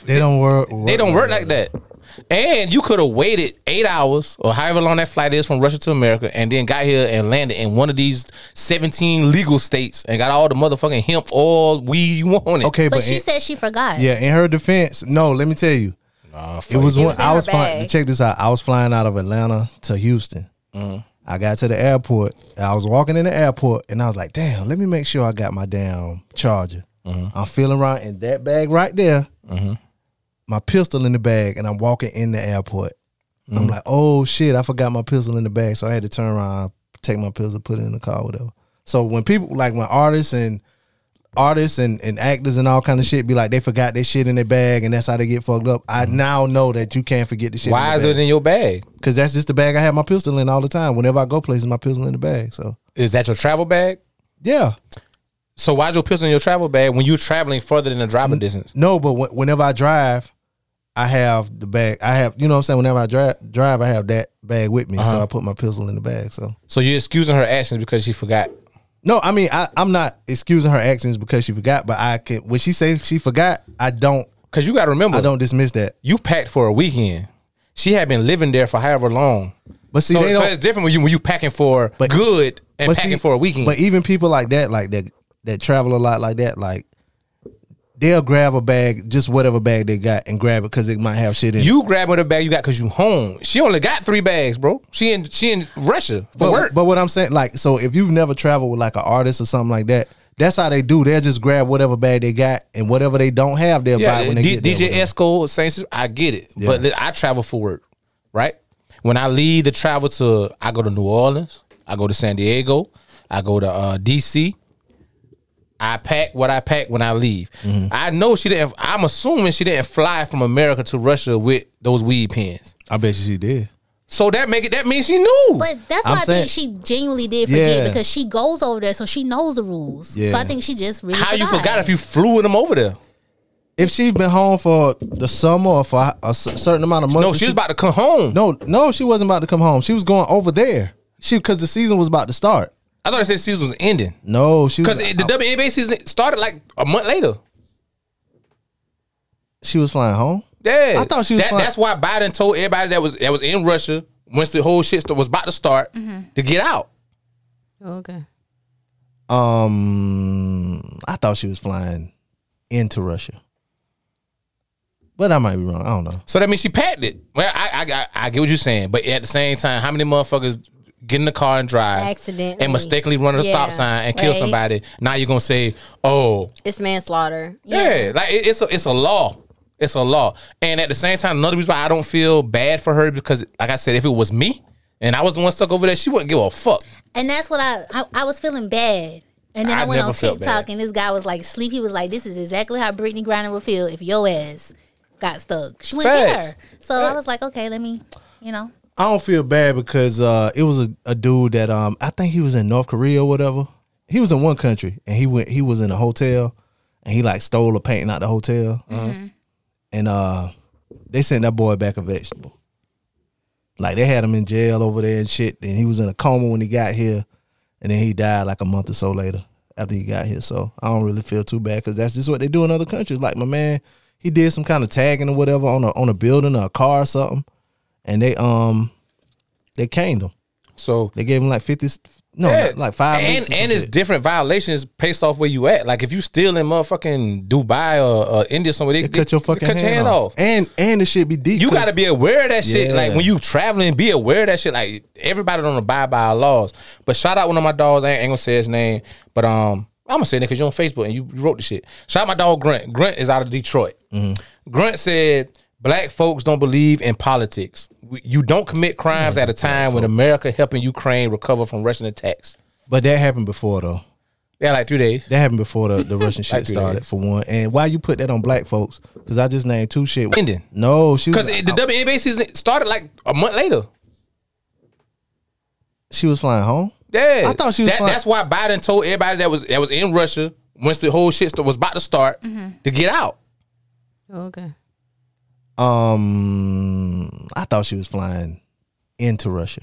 Speaker 4: They don't work.
Speaker 1: They don't work like that. And you could have waited eight hours or however long that flight is from Russia to America and then got here and landed in one of these 17 legal states and got all the motherfucking hemp oil weed you wanted.
Speaker 4: Okay,
Speaker 3: But
Speaker 4: but,
Speaker 3: she
Speaker 4: in-
Speaker 3: said she forgot.
Speaker 4: yeah, in her defense, no. Let me tell you,
Speaker 1: Nah, fuck
Speaker 4: it was
Speaker 2: It
Speaker 4: one.
Speaker 2: was in
Speaker 4: I
Speaker 2: her
Speaker 4: was flying.
Speaker 2: bag.
Speaker 4: Check this out. I was flying out of Atlanta to Houston.
Speaker 1: Mm-hmm.
Speaker 4: I got to the airport. I was walking in the airport, and I was like, "Damn, let me make sure I got my damn charger."
Speaker 1: Mm-hmm.
Speaker 4: I'm feeling right in that bag right there. My pistol in the bag, and I'm walking in the airport.
Speaker 1: Mm.
Speaker 4: I'm like, "Oh shit, I forgot my pistol in the bag," so I had to turn around, take my pistol, put it in the car, whatever. So when people like when artists and artists and, and actors and all kind of shit be like they forgot their shit in their bag and that's how they get fucked up. I now know that you can't forget the shit.
Speaker 1: Mm-hmm. Why is it in your bag?
Speaker 4: Because that's just the bag I have my pistol in all the time. Whenever I go places, my pistol in the bag. So
Speaker 1: Is that your travel bag?
Speaker 4: yeah,
Speaker 1: So why is your pistol in your travel bag when you're traveling further than the driving distance?
Speaker 4: no, but wh- whenever I drive, I have the bag. I have, you know what I'm saying? Whenever I drive, drive I have that bag with me.
Speaker 1: Uh-huh.
Speaker 4: So I put my pistol in the bag. So,
Speaker 1: So you're excusing her actions because she forgot.
Speaker 4: no, I mean, I, I'm not excusing her actions because she forgot, but I can, when she says she forgot, I don't,
Speaker 1: Cause you got to remember,
Speaker 4: I don't dismiss that.
Speaker 1: you packed for a weekend. She had been living there for however long.
Speaker 4: But see,
Speaker 1: so,
Speaker 4: they
Speaker 1: so
Speaker 4: don't,
Speaker 1: it's different when you when you packing for
Speaker 4: But-
Speaker 1: good and
Speaker 4: but
Speaker 1: packing
Speaker 4: see,
Speaker 1: for a weekend.
Speaker 4: But even people like that, like that, that travel a lot like that, like they'll grab a bag, just whatever bag they got, and grab it because it might have shit in. it.
Speaker 1: you grab whatever bag you got because you home. She only got three bags, bro. She in she in Russia for
Speaker 4: but,
Speaker 1: work.
Speaker 4: but what I'm saying, like, so if you've never traveled with like an artist or something like that, that's how they do. They'll just grab whatever bag they got, and whatever they don't have, they'll buy it
Speaker 1: yeah,
Speaker 4: when they
Speaker 1: D-
Speaker 4: get there.
Speaker 1: DJ
Speaker 4: with them.
Speaker 1: Esco, Saints. I get it, but li- I travel for work, right? When I leave the travel to, I go to New Orleans, I go to San Diego, I go to uh, DC. I pack what I pack when I leave.
Speaker 4: Mm-hmm.
Speaker 1: I know she didn't. I'm assuming she didn't fly from America to Russia with those weed pens.
Speaker 4: I bet you she did.
Speaker 1: So that make it. That means she knew.
Speaker 3: But that's
Speaker 4: I'm
Speaker 3: why I
Speaker 4: saying-
Speaker 3: think she genuinely did forget
Speaker 4: Yeah.
Speaker 3: because she goes over there, so she knows the rules.
Speaker 4: Yeah.
Speaker 3: So I think she just really
Speaker 1: How you forgot if you flew them over there?
Speaker 4: If she's been home for the summer or for a s- certain amount of months,
Speaker 1: No,
Speaker 4: and
Speaker 1: she was
Speaker 4: Oh, she-
Speaker 1: about to come home.
Speaker 4: No, no, she wasn't about to come home. She was going over there. She because the season was about to start.
Speaker 1: I thought it said season was ending
Speaker 4: No, she was
Speaker 1: because the WNBA season started like a month later.
Speaker 4: she was flying home.
Speaker 1: Yeah,
Speaker 4: I thought she was
Speaker 1: That,
Speaker 4: fine.
Speaker 1: that's why Biden told everybody that was that was in Russia once the whole shit st- was about to start to get out.
Speaker 2: Oh, Okay.
Speaker 4: Um, I thought she was flying into Russia, but I might be wrong. I don't know.
Speaker 1: So that means she packed it. Well, I I, I, I get what you're saying, but at the same time, how many motherfuckers get in the car and drive
Speaker 2: Accidentally.
Speaker 1: and mistakenly run at a stop
Speaker 2: Yeah.
Speaker 1: sign and kill
Speaker 3: Right.
Speaker 1: somebody? Now you're gonna say, oh
Speaker 2: It's manslaughter.
Speaker 1: yeah, like it, it's a, it's a law. It's a law, and at the same time, another reason why I don't feel bad for her because, like I said, if it was me and I was the one stuck over there, she wouldn't give a fuck.
Speaker 3: And that's what I I, I was feeling bad. And then
Speaker 1: I
Speaker 3: I, went
Speaker 1: never
Speaker 3: on
Speaker 1: felt
Speaker 3: TikTok
Speaker 1: bad.
Speaker 3: and this guy was like sleepy was like, This is exactly how Brittany Griner would feel if your ass got stuck. She went there.
Speaker 1: Facts.
Speaker 3: So I was like, Okay, let me you know.
Speaker 4: I don't feel bad because uh, it was a, a dude that um, I think he was in North Korea or whatever. He was in one country and he went. He was in a hotel and he like stole a painting out the hotel, and uh, they sent that boy back a vegetable. Like they had him in jail over there and shit, and he was in a coma when he got here, and then he died like a month or so later after he got here. So I don't really feel too bad because that's just what they do in other countries. Like my man, he did some kind of tagging or whatever on a on a building or a car or something and they um they caned him.
Speaker 1: So
Speaker 4: They gave him like fifty, no,
Speaker 1: Yeah.
Speaker 4: like five.
Speaker 1: And
Speaker 4: weeks or some
Speaker 1: and it's
Speaker 4: shit.
Speaker 1: different violations based off where you at. Like if you still in motherfucking Dubai or uh, India somewhere, they,
Speaker 4: They cut your fucking
Speaker 1: cut
Speaker 4: hand,
Speaker 1: your hand
Speaker 4: off.
Speaker 1: off.
Speaker 4: and and the shit be deep.
Speaker 1: You
Speaker 4: 'cause
Speaker 1: got to be aware of that shit.
Speaker 4: Yeah.
Speaker 1: Like when you traveling, be aware of that shit. Like everybody don't abide by our laws. But shout out one of my dogs. I ain't, ain't gonna say his name, but um, I'm gonna say it because you're on Facebook and you you wrote the shit. Shout out my dog Grunt. Grunt is out of Detroit.
Speaker 4: Mm-hmm.
Speaker 1: Grunt said, "Black folks don't believe in politics. We, you don't commit crimes at a time when America helping Ukraine recover from Russian attacks."
Speaker 4: but that happened before though.
Speaker 1: Yeah, like three days.
Speaker 4: That happened before the, the Russian shit
Speaker 1: Like three
Speaker 4: started
Speaker 1: days.
Speaker 4: for one. And why you put that on black folks? Because I just named two shit.
Speaker 1: Ending.
Speaker 4: No, she was
Speaker 1: Because the WNBA season started like a month later.
Speaker 4: she was flying home.
Speaker 1: Yeah,
Speaker 4: I thought she was
Speaker 1: That,
Speaker 4: flying-
Speaker 1: that's why Biden told everybody that was that was in Russia once the whole shit st- was about to start to get out.
Speaker 2: Oh, Okay.
Speaker 4: Um, I thought she was flying into Russia,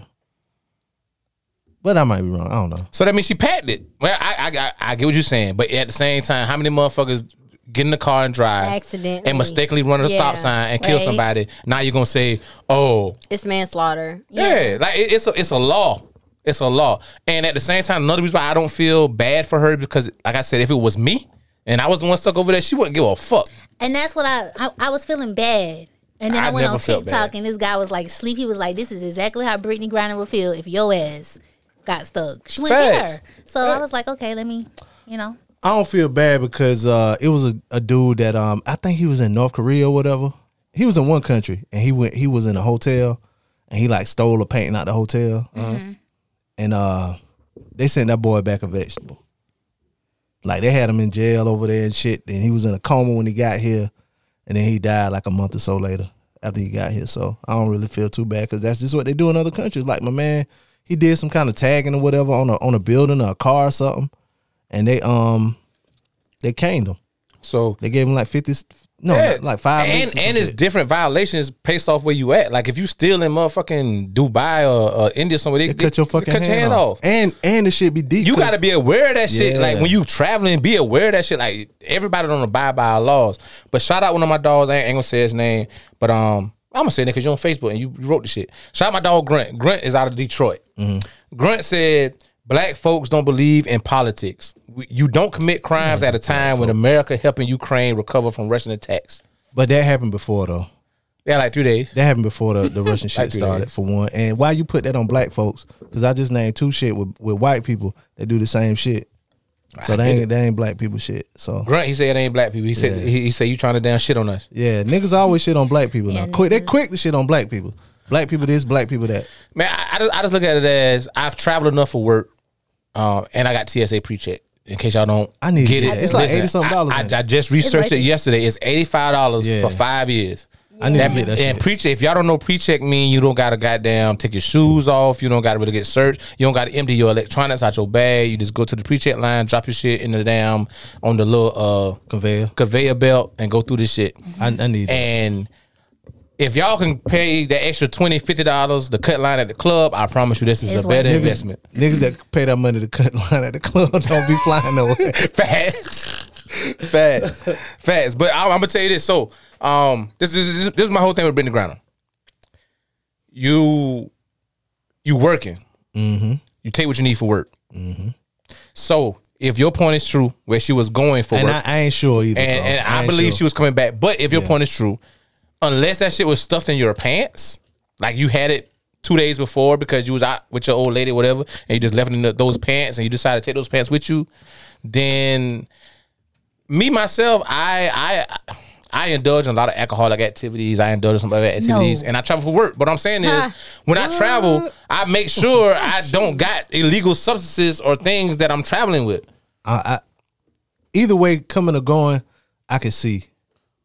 Speaker 4: but I might be wrong. I don't know.
Speaker 1: So that means she packed it. Well, I I, I, I get what you're saying, but at the same time, how many motherfuckers get in the car and drive
Speaker 2: Accidentally.
Speaker 1: and mistakenly run at a stop
Speaker 2: Yeah.
Speaker 1: sign and kill
Speaker 3: Right.
Speaker 1: somebody? Now you're gonna say, oh,
Speaker 2: It's manslaughter.
Speaker 1: Yeah, like it, it's a it's a law. It's a law. And at the same time, another reason why I don't feel bad for her because, like I said, if it was me and I was the one stuck over there, she wouldn't give a fuck.
Speaker 3: And that's what I I, I was feeling bad. And then
Speaker 1: I
Speaker 3: I, went
Speaker 1: never
Speaker 3: on
Speaker 1: felt
Speaker 3: TikTok
Speaker 1: bad.
Speaker 3: and this guy was like sleepy was like, This is exactly how Brittany Griner would feel if your ass got stuck. She went
Speaker 1: Facts.
Speaker 3: there. So I was like, Okay, let me you know.
Speaker 4: I don't feel bad because uh, it was a, a dude that um, I think he was in North Korea or whatever. He was in one country and he went. He was in a hotel and he like stole a painting out the hotel, and uh, they sent that boy back a vegetable. Like they had him in jail over there and shit, and he was in a coma when he got here, and then he died like a month or so later after he got here. So I don't really feel too bad because that's just what they do in other countries. Like my man, he did some kind of tagging or whatever on a on a building or a car or something, and they um they caned him.
Speaker 1: So
Speaker 4: They gave him like fifty, no,
Speaker 1: Yeah.
Speaker 4: like five.
Speaker 1: And
Speaker 4: weeks or some
Speaker 1: and it's
Speaker 4: shit.
Speaker 1: different violations based off where you at. Like if you still in motherfucking Dubai or, or India somewhere, they,
Speaker 4: They cut your fucking
Speaker 1: cut your hand off.
Speaker 4: And and the shit be deep.
Speaker 1: you
Speaker 4: 'cause
Speaker 1: got to be aware of that shit.
Speaker 4: Yeah.
Speaker 1: Like when you traveling, be aware of that shit. Like everybody don't abide by our laws. But shout out one of my dogs. I ain't, ain't gonna say his name, but um, I'm gonna say it because you're on Facebook and you you wrote the shit. Shout out my dog Grunt. Grunt is out of Detroit.
Speaker 4: Mm-hmm.
Speaker 1: Grunt said. Black folks don't believe in politics. We- You don't commit crimes at a time when America helping Ukraine recover from Russian attacks.
Speaker 4: But that happened before though.
Speaker 1: Yeah, like three days.
Speaker 4: That happened before the, the Russian
Speaker 1: Like
Speaker 4: shit
Speaker 1: three
Speaker 4: started,
Speaker 1: days.
Speaker 4: for one. And why you put that on black folks? Because I just named two shit with, with white people that do the same shit. So they ain't, they ain't black people shit. So
Speaker 1: Grunt, he said it ain't black people. He said
Speaker 4: Yeah.
Speaker 1: he, he said you trying to damn shit on us.
Speaker 4: yeah, niggas always shit on black people
Speaker 3: Yeah,
Speaker 4: now. Quick, they
Speaker 3: niggas.
Speaker 4: quick to shit on black people. Black people this, black people that.
Speaker 1: Man, I, I, just, I just look at it as I've traveled enough for work, uh, and I got TSA pre-check. In case y'all don't,
Speaker 4: I need to
Speaker 1: get
Speaker 4: get
Speaker 1: it.
Speaker 4: that. It's like $80-something
Speaker 1: I-
Speaker 4: dollars,
Speaker 1: I,
Speaker 4: man.
Speaker 1: I, just researched
Speaker 3: right
Speaker 1: it
Speaker 3: there.
Speaker 1: yesterday. It's eighty five dollars
Speaker 4: Yeah.
Speaker 1: for five years.
Speaker 4: I need to get that
Speaker 1: and
Speaker 4: shit.
Speaker 1: pre-check. If y'all don't know pre-check mean, you don't gotta goddamn take your shoes off. You don't gotta really get searched. You don't gotta empty your electronics out your bag. You just go to the pre-check line, drop your shit in the damn on the little uh,
Speaker 4: Conveyor.
Speaker 1: conveyor belt, and go through this shit.
Speaker 4: I, I need that.
Speaker 1: And if y'all can pay the extra $20, 50 dollars the cut line at the club, I promise you this is
Speaker 3: It's
Speaker 1: a better
Speaker 3: worth it.
Speaker 1: investment.
Speaker 4: Niggas that pay that money to cut line at the club don't be flying nowhere.
Speaker 1: Facts. Facts. Facts. But I, am gonna tell you this. So um this is this, this is my whole thing with Brittany Griner. You you working.
Speaker 3: Mm-hmm.
Speaker 1: You take what you need for work. So if your point is true, where she was going for
Speaker 4: And
Speaker 1: work,
Speaker 4: I, I ain't sure either.
Speaker 1: and,
Speaker 4: so
Speaker 1: and
Speaker 4: I
Speaker 1: I,
Speaker 4: ain't
Speaker 1: believe
Speaker 4: sure.
Speaker 1: she was coming back. But if your
Speaker 4: Yeah.
Speaker 1: point is true, unless that shit was stuffed in your pants, like you had it two days before because you was out with your old lady, whatever, and you just left it in the, those pants, and you decided to take those pants with you, then me myself, I I. I indulge in a lot of alcoholic activities. I indulge in some other activities,
Speaker 3: No.
Speaker 1: and I travel for work. But I'm saying is,
Speaker 2: Huh.
Speaker 1: when I travel, I make sure I don't got illegal substances or things that I'm traveling with.
Speaker 4: I, I either way coming or going, I could see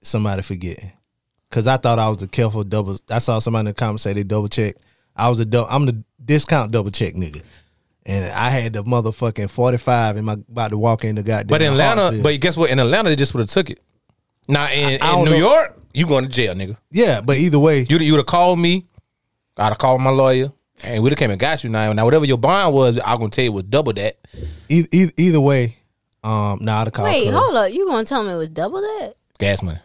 Speaker 4: somebody forgetting. Cause I thought I was the careful double. I saw somebody in the comments say they double check. I was a double. I'm the discount double check nigga, and I had the motherfucking forty five in my about to walk in the goddamn.
Speaker 1: But in Atlanta,
Speaker 4: Hartsfield.
Speaker 1: but guess what? In Atlanta, they just would have took it. Now in,
Speaker 4: I
Speaker 1: in
Speaker 4: don't
Speaker 1: New
Speaker 4: know.
Speaker 1: York, you going to jail, nigga.
Speaker 4: yeah, but either way,
Speaker 1: You you would have called me. I'd have called my lawyer, and we'd have came and got you. Now, now whatever your bond was, I'm gonna tell you it was double that.
Speaker 4: either, either, e, either way, um, nah, I'd have called.
Speaker 2: Wait,
Speaker 4: Cuz.
Speaker 2: hold up. You gonna tell me it was double that?
Speaker 1: Gas money.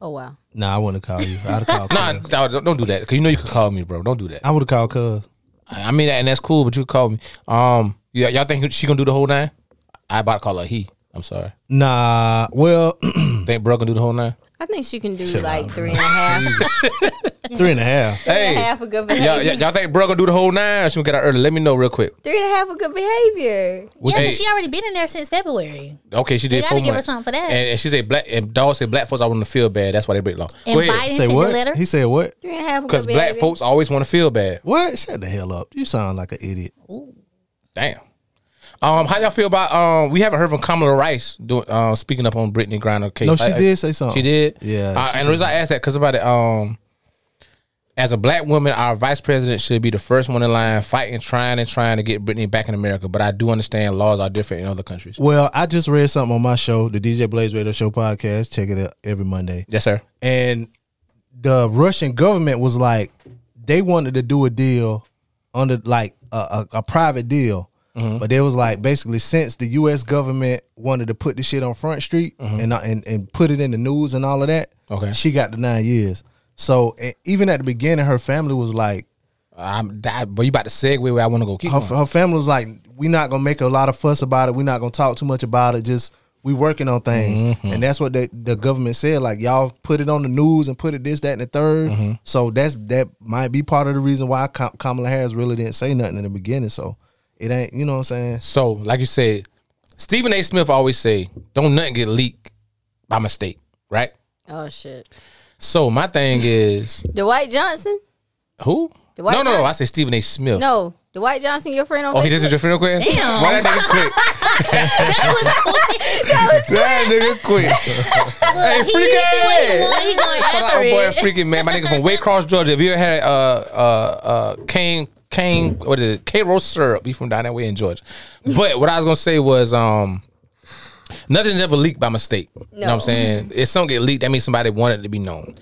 Speaker 2: Oh wow.
Speaker 4: Nah, I wouldn't have called you. I'd have called.
Speaker 1: Nah,
Speaker 4: Cuz.
Speaker 1: nah, don't, don't do that. Cause you know you could call me, bro. Don't do that.
Speaker 4: I would have called. Cuz
Speaker 1: I I mean, and that's cool, but you could call me. Um, yeah, y'all think she gonna do the whole nine? I about to call her he. I'm sorry.
Speaker 4: nah, well,
Speaker 1: Think bro gonna do the whole nine?
Speaker 2: I think she can do like three and a half.
Speaker 4: three and a half.
Speaker 2: Three and a
Speaker 1: Hey,
Speaker 2: half of good
Speaker 1: y'all,
Speaker 2: behavior.
Speaker 1: y'all y'all think bro gonna do the whole nine? Or she gonna get out early? Let me know real quick.
Speaker 2: Three and a half of good behavior.
Speaker 3: Yeah,
Speaker 1: Hey.
Speaker 3: but she already been in there since February.
Speaker 1: Okay, she did.
Speaker 3: They gotta
Speaker 1: four
Speaker 3: give her
Speaker 1: months.
Speaker 3: something for that.
Speaker 1: And, and she said black and dog said black folks always want to feel bad. That's why they break law.
Speaker 3: And Biden
Speaker 4: Say
Speaker 3: sent the
Speaker 4: what?
Speaker 3: letter.
Speaker 4: He said what?
Speaker 2: Three and a half of
Speaker 1: Because
Speaker 2: good
Speaker 1: black
Speaker 2: behavior.
Speaker 1: folks always want to feel bad.
Speaker 4: What? Shut the hell up. You sound like an idiot.
Speaker 1: Damn. Um, how y'all feel about um? We haven't heard from Kamala Rice doing uh, speaking up on Brittany Griner case.
Speaker 4: No, she
Speaker 1: I- I-
Speaker 4: did say something.
Speaker 1: She did.
Speaker 4: Yeah,
Speaker 1: Uh,
Speaker 4: she
Speaker 1: and the reason I asked that because somebody um, as a black woman, our vice president should be the first one in line, fighting, trying, and trying to get Brittany back in America. But I do understand laws are different in other countries.
Speaker 4: Well, I just read something on my show, the DJ Blaze Radio Show podcast. Check it out every Monday.
Speaker 1: Yes, sir.
Speaker 4: And the Russian government was like, they wanted to do a deal under like a, a, a private deal. But they was like basically since the U.S. government wanted to put this shit on Front Street and, uh, and and put it in the news and all of that,
Speaker 1: Okay.
Speaker 4: she got the nine years. So e- even at the beginning, her family was like,
Speaker 1: I'm that, but you about to segue where I want to go. Keep
Speaker 4: her,
Speaker 1: going.
Speaker 4: her family was like, "We not gonna make a lot of fuss about it. We not gonna talk too much about it. Just we working on things." And that's what the, the government said. Like y'all put it on the news and put it this, that, and the 3rd So that's that might be part of the reason why Ka- Kamala Harris really didn't say nothing in the beginning. So it ain't, you know what I'm saying?
Speaker 1: So, like you said, Stephen A. Smith always say, "Don't nothing get leaked by mistake," right?
Speaker 2: Oh shit.
Speaker 1: So my thing is,
Speaker 2: Dwight Johnson?
Speaker 1: who?
Speaker 2: Dwight
Speaker 1: no, no, no.
Speaker 2: Schrute?
Speaker 1: I say Stephen A. Smith.
Speaker 2: No. Dwight Johnson, your friend on
Speaker 1: Oh,
Speaker 2: Facebook?
Speaker 1: he this is your friend real quick.
Speaker 3: Damn.
Speaker 1: Why that nigga quick? that nigga quick. hey,
Speaker 3: he
Speaker 1: freak
Speaker 3: usually
Speaker 1: ass.
Speaker 3: the one he gonna
Speaker 1: Shout out
Speaker 3: answer
Speaker 1: my boy
Speaker 3: it.
Speaker 1: freaking man, my nigga from Waycross, Georgia. If you ever had uh uh uh cane cane what is it? K roast syrup, you from down that way in Georgia. But what I was gonna say was um Nothing's ever leaked by mistake. You know what
Speaker 2: No.
Speaker 1: I'm saying? If something get leaked, that means somebody wanted it to be known.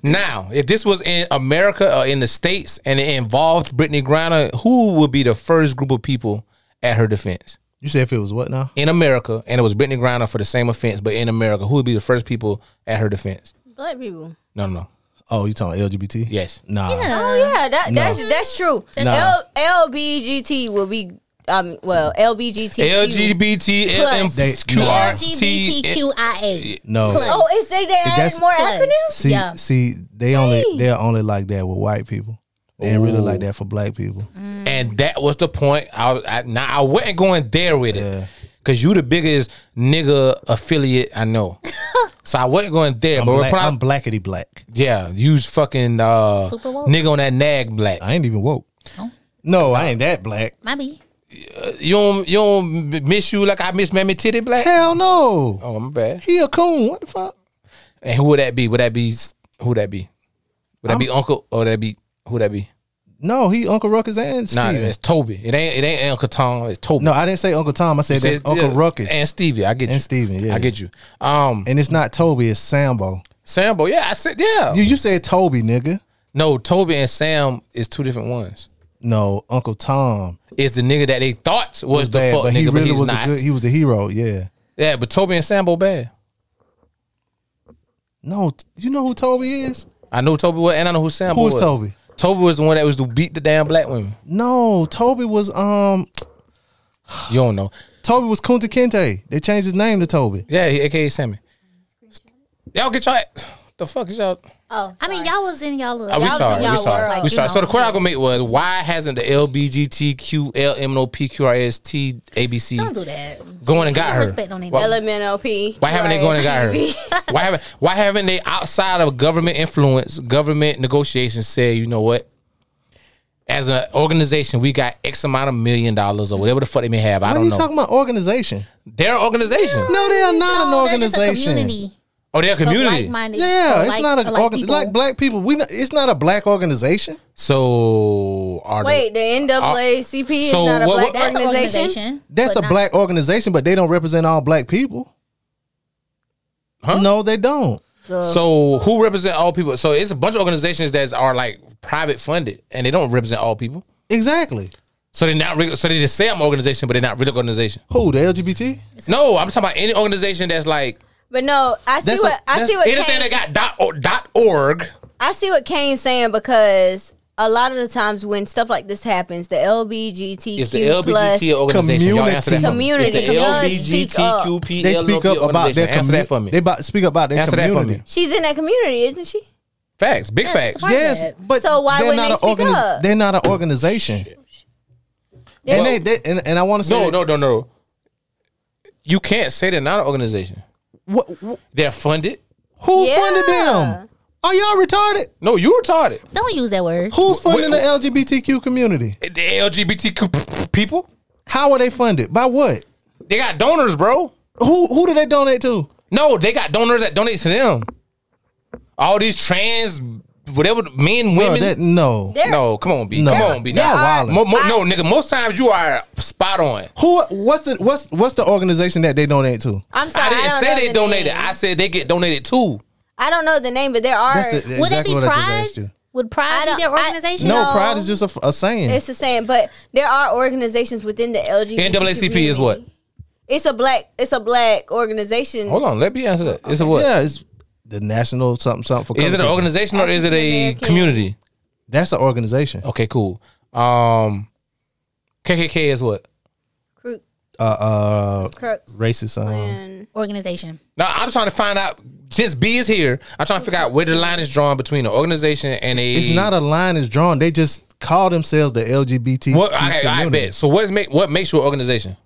Speaker 1: Now, if this was in America or in the States and it involved Brittany Griner, who would be the first group of people at her defense?
Speaker 4: You said if it was what now?
Speaker 1: In America, and it was Brittany Griner for the same offense, but in America, who would be the first people at her defense?
Speaker 2: Black people.
Speaker 1: No, no, no.
Speaker 4: Oh, you talking LGBT?
Speaker 1: Yes.
Speaker 4: Nah.
Speaker 2: Oh yeah, that that's that's true.
Speaker 4: No.
Speaker 2: L LBGT will be um well LBGT.
Speaker 1: LGBT,
Speaker 4: They-
Speaker 1: LGBTQRT.
Speaker 3: LGBTQIA.
Speaker 4: No.
Speaker 3: Plus.
Speaker 2: Oh, is they they
Speaker 4: That's-
Speaker 2: added more
Speaker 3: Plus.
Speaker 2: acronyms?
Speaker 4: See,
Speaker 3: Yeah.
Speaker 4: see, they only they're only like that with white people. They ain't really
Speaker 1: Ooh.
Speaker 4: like that for black people.
Speaker 1: And that was the point. I, was- I now I wasn't going there with it. Cause you the biggest nigga affiliate I know. so I wasn't going there.
Speaker 4: I'm,
Speaker 1: but
Speaker 4: black,
Speaker 1: what I-
Speaker 4: I'm blackety black.
Speaker 1: yeah, use fucking uh
Speaker 3: Super woke.
Speaker 1: nigga on that nag black.
Speaker 4: I ain't even woke.
Speaker 1: Oh.
Speaker 4: No, I ain't that black.
Speaker 3: My B.
Speaker 1: You don't you don't m- miss you like I miss Mammy Titty Black?
Speaker 4: Hell no.
Speaker 1: Oh my bad.
Speaker 4: He a coon. What the fuck?
Speaker 1: And who would that be? Would that be s- who would that be? Would that be Uncle or would that be who would that be?
Speaker 4: No, he Uncle Ruckus and
Speaker 1: Nah,
Speaker 4: Steven.
Speaker 1: it's Toby. It ain't it ain't Uncle Tom, it's Toby.
Speaker 4: no, I didn't say Uncle Tom. I said that's
Speaker 1: Said,
Speaker 4: Uncle
Speaker 1: yeah,
Speaker 4: Ruckus.
Speaker 1: and
Speaker 4: And,
Speaker 1: Stevie. I get you.
Speaker 4: Steven, yeah.
Speaker 1: I get you. Um,
Speaker 4: and it's not Toby, it's Sambo.
Speaker 1: Sambo. Yeah, I said yeah.
Speaker 4: You you said Toby, nigga.
Speaker 1: no, Toby and Sam is two different ones.
Speaker 4: No, Uncle Tom.
Speaker 1: It's the nigga that they thought was the
Speaker 4: Bad,
Speaker 1: fuck
Speaker 4: but
Speaker 1: nigga,
Speaker 4: he
Speaker 1: but
Speaker 4: really
Speaker 1: he's
Speaker 4: was
Speaker 1: not.
Speaker 4: a good he was the hero, yeah.
Speaker 1: yeah, but Toby and Sambo bad.
Speaker 4: No, t- you know who Toby is?
Speaker 1: I know Toby was, and I know who Sambo
Speaker 4: Who is
Speaker 1: was.
Speaker 4: Toby?
Speaker 1: Toby was the one that was to beat the damn black women.
Speaker 4: No, Toby was um
Speaker 1: You don't know.
Speaker 4: Toby was Kunta Kinte. They changed his name to Toby.
Speaker 1: Yeah, he, aka Sammy. Y'all get y'all. The fuck is y'all?
Speaker 2: Oh,
Speaker 3: I mean, y'all was in y'all.
Speaker 1: Are Uh, we
Speaker 3: y'all was
Speaker 1: sorry?
Speaker 3: in y'all
Speaker 1: We
Speaker 3: was
Speaker 1: sorry.
Speaker 3: like,
Speaker 1: we
Speaker 3: you
Speaker 1: sorry. So
Speaker 3: know,
Speaker 1: the question I gonna make was why hasn't the LBGTQLMNOPQRSTABC
Speaker 3: Don't do that.
Speaker 1: going and
Speaker 3: Put
Speaker 1: got
Speaker 3: some
Speaker 1: her?
Speaker 3: respect on their
Speaker 1: Why-
Speaker 3: name.
Speaker 2: LMNOP.
Speaker 1: Why haven't they gone and got
Speaker 2: her?
Speaker 1: her? Why haven't Why haven't they outside of government influence, government negotiations, say you know what? As an organization, we got X amount of million dollars or whatever the fuck they may have. I
Speaker 4: What are
Speaker 1: don't
Speaker 4: you
Speaker 1: know.
Speaker 4: talking about? Organization?
Speaker 1: Their organization.
Speaker 4: No, they are not
Speaker 3: No,
Speaker 4: an
Speaker 3: they're just a
Speaker 4: organization.
Speaker 3: community
Speaker 1: Oh, their
Speaker 3: of
Speaker 1: community.
Speaker 3: like-minded,
Speaker 4: Yeah,
Speaker 3: of
Speaker 4: it's
Speaker 3: like-
Speaker 4: not
Speaker 3: of
Speaker 4: a
Speaker 3: like
Speaker 4: organ-
Speaker 3: people.
Speaker 4: like black people. We not, it's not a black organization.
Speaker 1: So are the-
Speaker 2: Wait, the NAACP is
Speaker 1: uh, So
Speaker 2: not a
Speaker 1: what-
Speaker 2: black
Speaker 1: what- That's
Speaker 3: That's an
Speaker 2: organization.
Speaker 3: organization.
Speaker 4: That's
Speaker 3: but
Speaker 4: a
Speaker 3: not-
Speaker 4: black organization, but they don't represent all black people.
Speaker 1: Huh?
Speaker 4: No, they don't.
Speaker 1: so who represent all people? So it's a bunch of organizations that are like private funded and they don't represent all people.
Speaker 4: Exactly.
Speaker 1: So they're not. Re- so they just say I'm an organization, but they're not real organization.
Speaker 4: Who the LGBT?
Speaker 1: No, I'm talking about any organization that's like
Speaker 2: But no, I see
Speaker 4: That's a-
Speaker 2: what I
Speaker 4: that's
Speaker 2: see what
Speaker 1: anything
Speaker 2: Kane,
Speaker 1: that got dot or, dot org.
Speaker 2: I see what Kane's saying because a lot of the times when stuff like this happens, the
Speaker 1: It's the
Speaker 2: LBGTQ plus
Speaker 1: LBGT organization. Y'all answer that for me.
Speaker 2: Community.
Speaker 1: It's the
Speaker 2: Community.
Speaker 1: LBGTQP.
Speaker 4: They speak up about their
Speaker 1: Answer
Speaker 4: community.
Speaker 1: that for me.
Speaker 4: They about, speak about their
Speaker 1: Answer that for
Speaker 4: community.
Speaker 1: me.
Speaker 2: she's in that community, isn't she?
Speaker 1: Facts. Big
Speaker 3: That's
Speaker 1: facts.
Speaker 3: just Why
Speaker 4: Yes,
Speaker 3: that?
Speaker 4: but
Speaker 2: So why
Speaker 4: they're
Speaker 2: wouldn't
Speaker 4: not
Speaker 2: they
Speaker 4: an
Speaker 2: speak up?
Speaker 4: They're not an organization. And they, they and, and I want to say
Speaker 1: No,
Speaker 4: that-
Speaker 1: no, no, no. You can't say they're not an organization.
Speaker 4: What, wh-
Speaker 1: They're funded.
Speaker 4: who
Speaker 2: Yeah.
Speaker 4: funded them? Are y'all retarded?
Speaker 1: No, you retarded.
Speaker 3: Don't use that word.
Speaker 4: Who's
Speaker 1: Wh- wh-
Speaker 4: funding the LGBTQ community?
Speaker 1: The LGBTQ people.
Speaker 4: How are they funded? By what?
Speaker 1: They got donors, bro.
Speaker 4: Who who do they donate to?
Speaker 1: No, they got donors that donate to them. All these trans, whatever men, women.
Speaker 4: No, that no.
Speaker 2: They're-
Speaker 1: no, come on, B.
Speaker 4: No.
Speaker 1: Come on, B.
Speaker 4: Y'all
Speaker 1: That-
Speaker 4: wildin'.
Speaker 1: Mo- mo- no, nigga. Most times you are spot on.
Speaker 4: Who? What's the what's what's the organization that they donate to?
Speaker 2: I'm sorry. I
Speaker 1: I didn't
Speaker 2: don't
Speaker 1: say
Speaker 2: know
Speaker 1: they
Speaker 2: the
Speaker 1: donated.
Speaker 2: name.
Speaker 1: I said they get donated too.
Speaker 2: I don't know the name, but there are.
Speaker 4: That's the,
Speaker 3: Would it be
Speaker 4: exactly what I just
Speaker 3: Pride?
Speaker 4: asked you.
Speaker 3: Would
Speaker 2: I
Speaker 3: Pride be
Speaker 2: don't-
Speaker 3: their
Speaker 2: I-
Speaker 3: organization?
Speaker 4: No,
Speaker 2: No.
Speaker 4: pride is just a, a saying.
Speaker 2: it's the same, but there are organizations within the LGBT.
Speaker 1: NAACP is what?
Speaker 2: community. It's a black. It's a black organization.
Speaker 1: Hold on, let me answer that. It's a what?
Speaker 4: yeah, it's the national something something for.
Speaker 1: Is it an
Speaker 4: colored people.
Speaker 1: organization or is it
Speaker 2: African
Speaker 1: a
Speaker 2: American.
Speaker 1: community?
Speaker 4: That's an organization.
Speaker 1: Okay, cool. Um, KKK is what?
Speaker 2: Crook,
Speaker 4: Uh, uh,
Speaker 2: crooks,
Speaker 4: racist. Um,
Speaker 2: and
Speaker 3: Organization.
Speaker 1: Now I'm trying to find out. Since B is here, I'm trying to figure out where the line is drawn between an organization and a.
Speaker 4: it's not a line is drawn. They just call themselves the LGBT
Speaker 1: What I, I
Speaker 4: community.
Speaker 1: bet. So what is make what makes you an organization?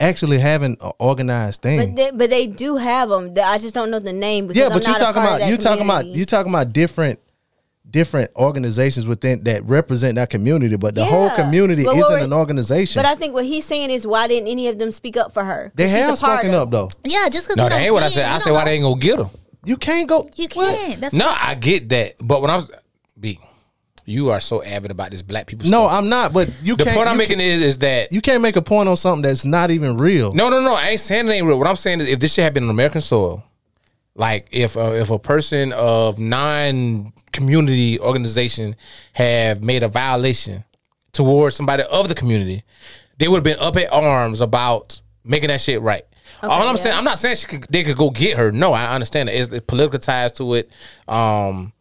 Speaker 4: Actually, having an organized
Speaker 2: but
Speaker 4: thing.
Speaker 2: they, but they do have them. I just don't know the name. Because
Speaker 4: Yeah,
Speaker 2: I'm
Speaker 4: but you
Speaker 2: not a
Speaker 4: talking
Speaker 2: part of
Speaker 4: about
Speaker 2: that
Speaker 4: you talking about
Speaker 2: community.
Speaker 4: you talking about different different organizations within that represent that community, but the whole
Speaker 2: Yeah.
Speaker 4: community
Speaker 2: But what
Speaker 4: isn't
Speaker 2: we're-
Speaker 4: an organization.
Speaker 2: But I think what he's saying is, why didn't any of them speak up for her? 'Cause
Speaker 4: they
Speaker 2: she's a
Speaker 4: have
Speaker 2: part
Speaker 4: spoken
Speaker 2: of-
Speaker 4: up though.
Speaker 3: Yeah, just because
Speaker 1: No, that ain't what I said. I said why they ain't gonna get them.
Speaker 4: You can't go.
Speaker 3: You can't. That's
Speaker 1: No, I get that, but when I was B, you are so avid about this black people.
Speaker 4: No,
Speaker 1: stuff.
Speaker 4: I'm not. But you
Speaker 1: the
Speaker 4: can't.
Speaker 1: point I'm
Speaker 4: you
Speaker 1: making is is that
Speaker 4: can't- you can't make a point on something that's not even real.
Speaker 1: No, no, no. I ain't saying it ain't real. What I'm saying is, if this shit had been on American soil, like if uh, if a person of non-community organization have made a violation towards somebody of the community, they would have been up at arms about making that shit right. All I'm
Speaker 2: yeah.
Speaker 1: saying, I'm not saying she could, they could go get her. No, I understand that. It's the political ties to it, um,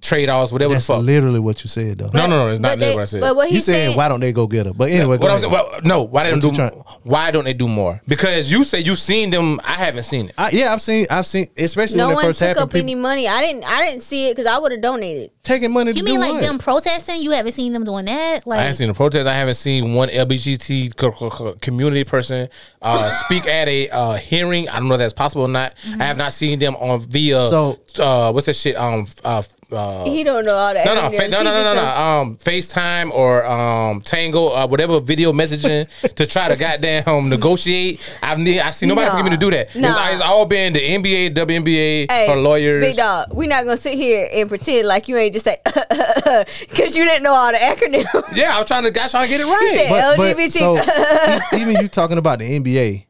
Speaker 1: trade-offs, whatever
Speaker 4: that's
Speaker 1: the fuck.
Speaker 4: literally what you said though.
Speaker 1: no, no, no. It's
Speaker 2: But
Speaker 1: not
Speaker 2: they-
Speaker 1: literally what I said.
Speaker 2: But what
Speaker 4: you
Speaker 2: he's
Speaker 4: said
Speaker 2: saying,
Speaker 4: why don't they go get her? But anyway,
Speaker 1: What
Speaker 4: go
Speaker 1: I'm
Speaker 4: ahead.
Speaker 1: saying, well, no, why they don't do?
Speaker 4: What you trying-
Speaker 1: why don't they do more? Because you say you seen them. I haven't seen it.
Speaker 4: I, yeah, I've seen, I've seen, especially
Speaker 2: no
Speaker 4: when it
Speaker 2: one
Speaker 4: first
Speaker 2: took
Speaker 4: happened.
Speaker 2: up
Speaker 4: People
Speaker 2: any money. I didn't. I didn't see it because I would have donated.
Speaker 4: taking money.
Speaker 3: You
Speaker 4: to
Speaker 3: mean
Speaker 4: do
Speaker 3: like
Speaker 4: what?
Speaker 3: them protesting? You haven't seen them doing that?
Speaker 1: I
Speaker 3: Like
Speaker 1: haven't seen the protest. I haven't seen one LGBT co- co- co- community person uh, speak at a uh, hearing. I don't know if that's possible or not. I have not seen them on via.
Speaker 4: So-
Speaker 1: uh, what's that shit? Um, uh, uh,
Speaker 2: He don't know all that.
Speaker 1: no, no, fa- no, no, no, no, no. Um, FaceTime or um, Tango, uh, whatever video messaging to try to goddamn negotiate. I've need, I see nobody
Speaker 2: Nah.
Speaker 1: forget me to do that. It's-
Speaker 2: Nah.
Speaker 1: It's, all been the NBA, WNBA, or lawyers.
Speaker 2: Big dog, we not gonna sit here and pretend like you ain't just say because you didn't know all the acronyms.
Speaker 1: Yeah, I was trying to, I was trying to get it right.
Speaker 2: said- LGBT.
Speaker 4: so, e- even you talking about the NBA,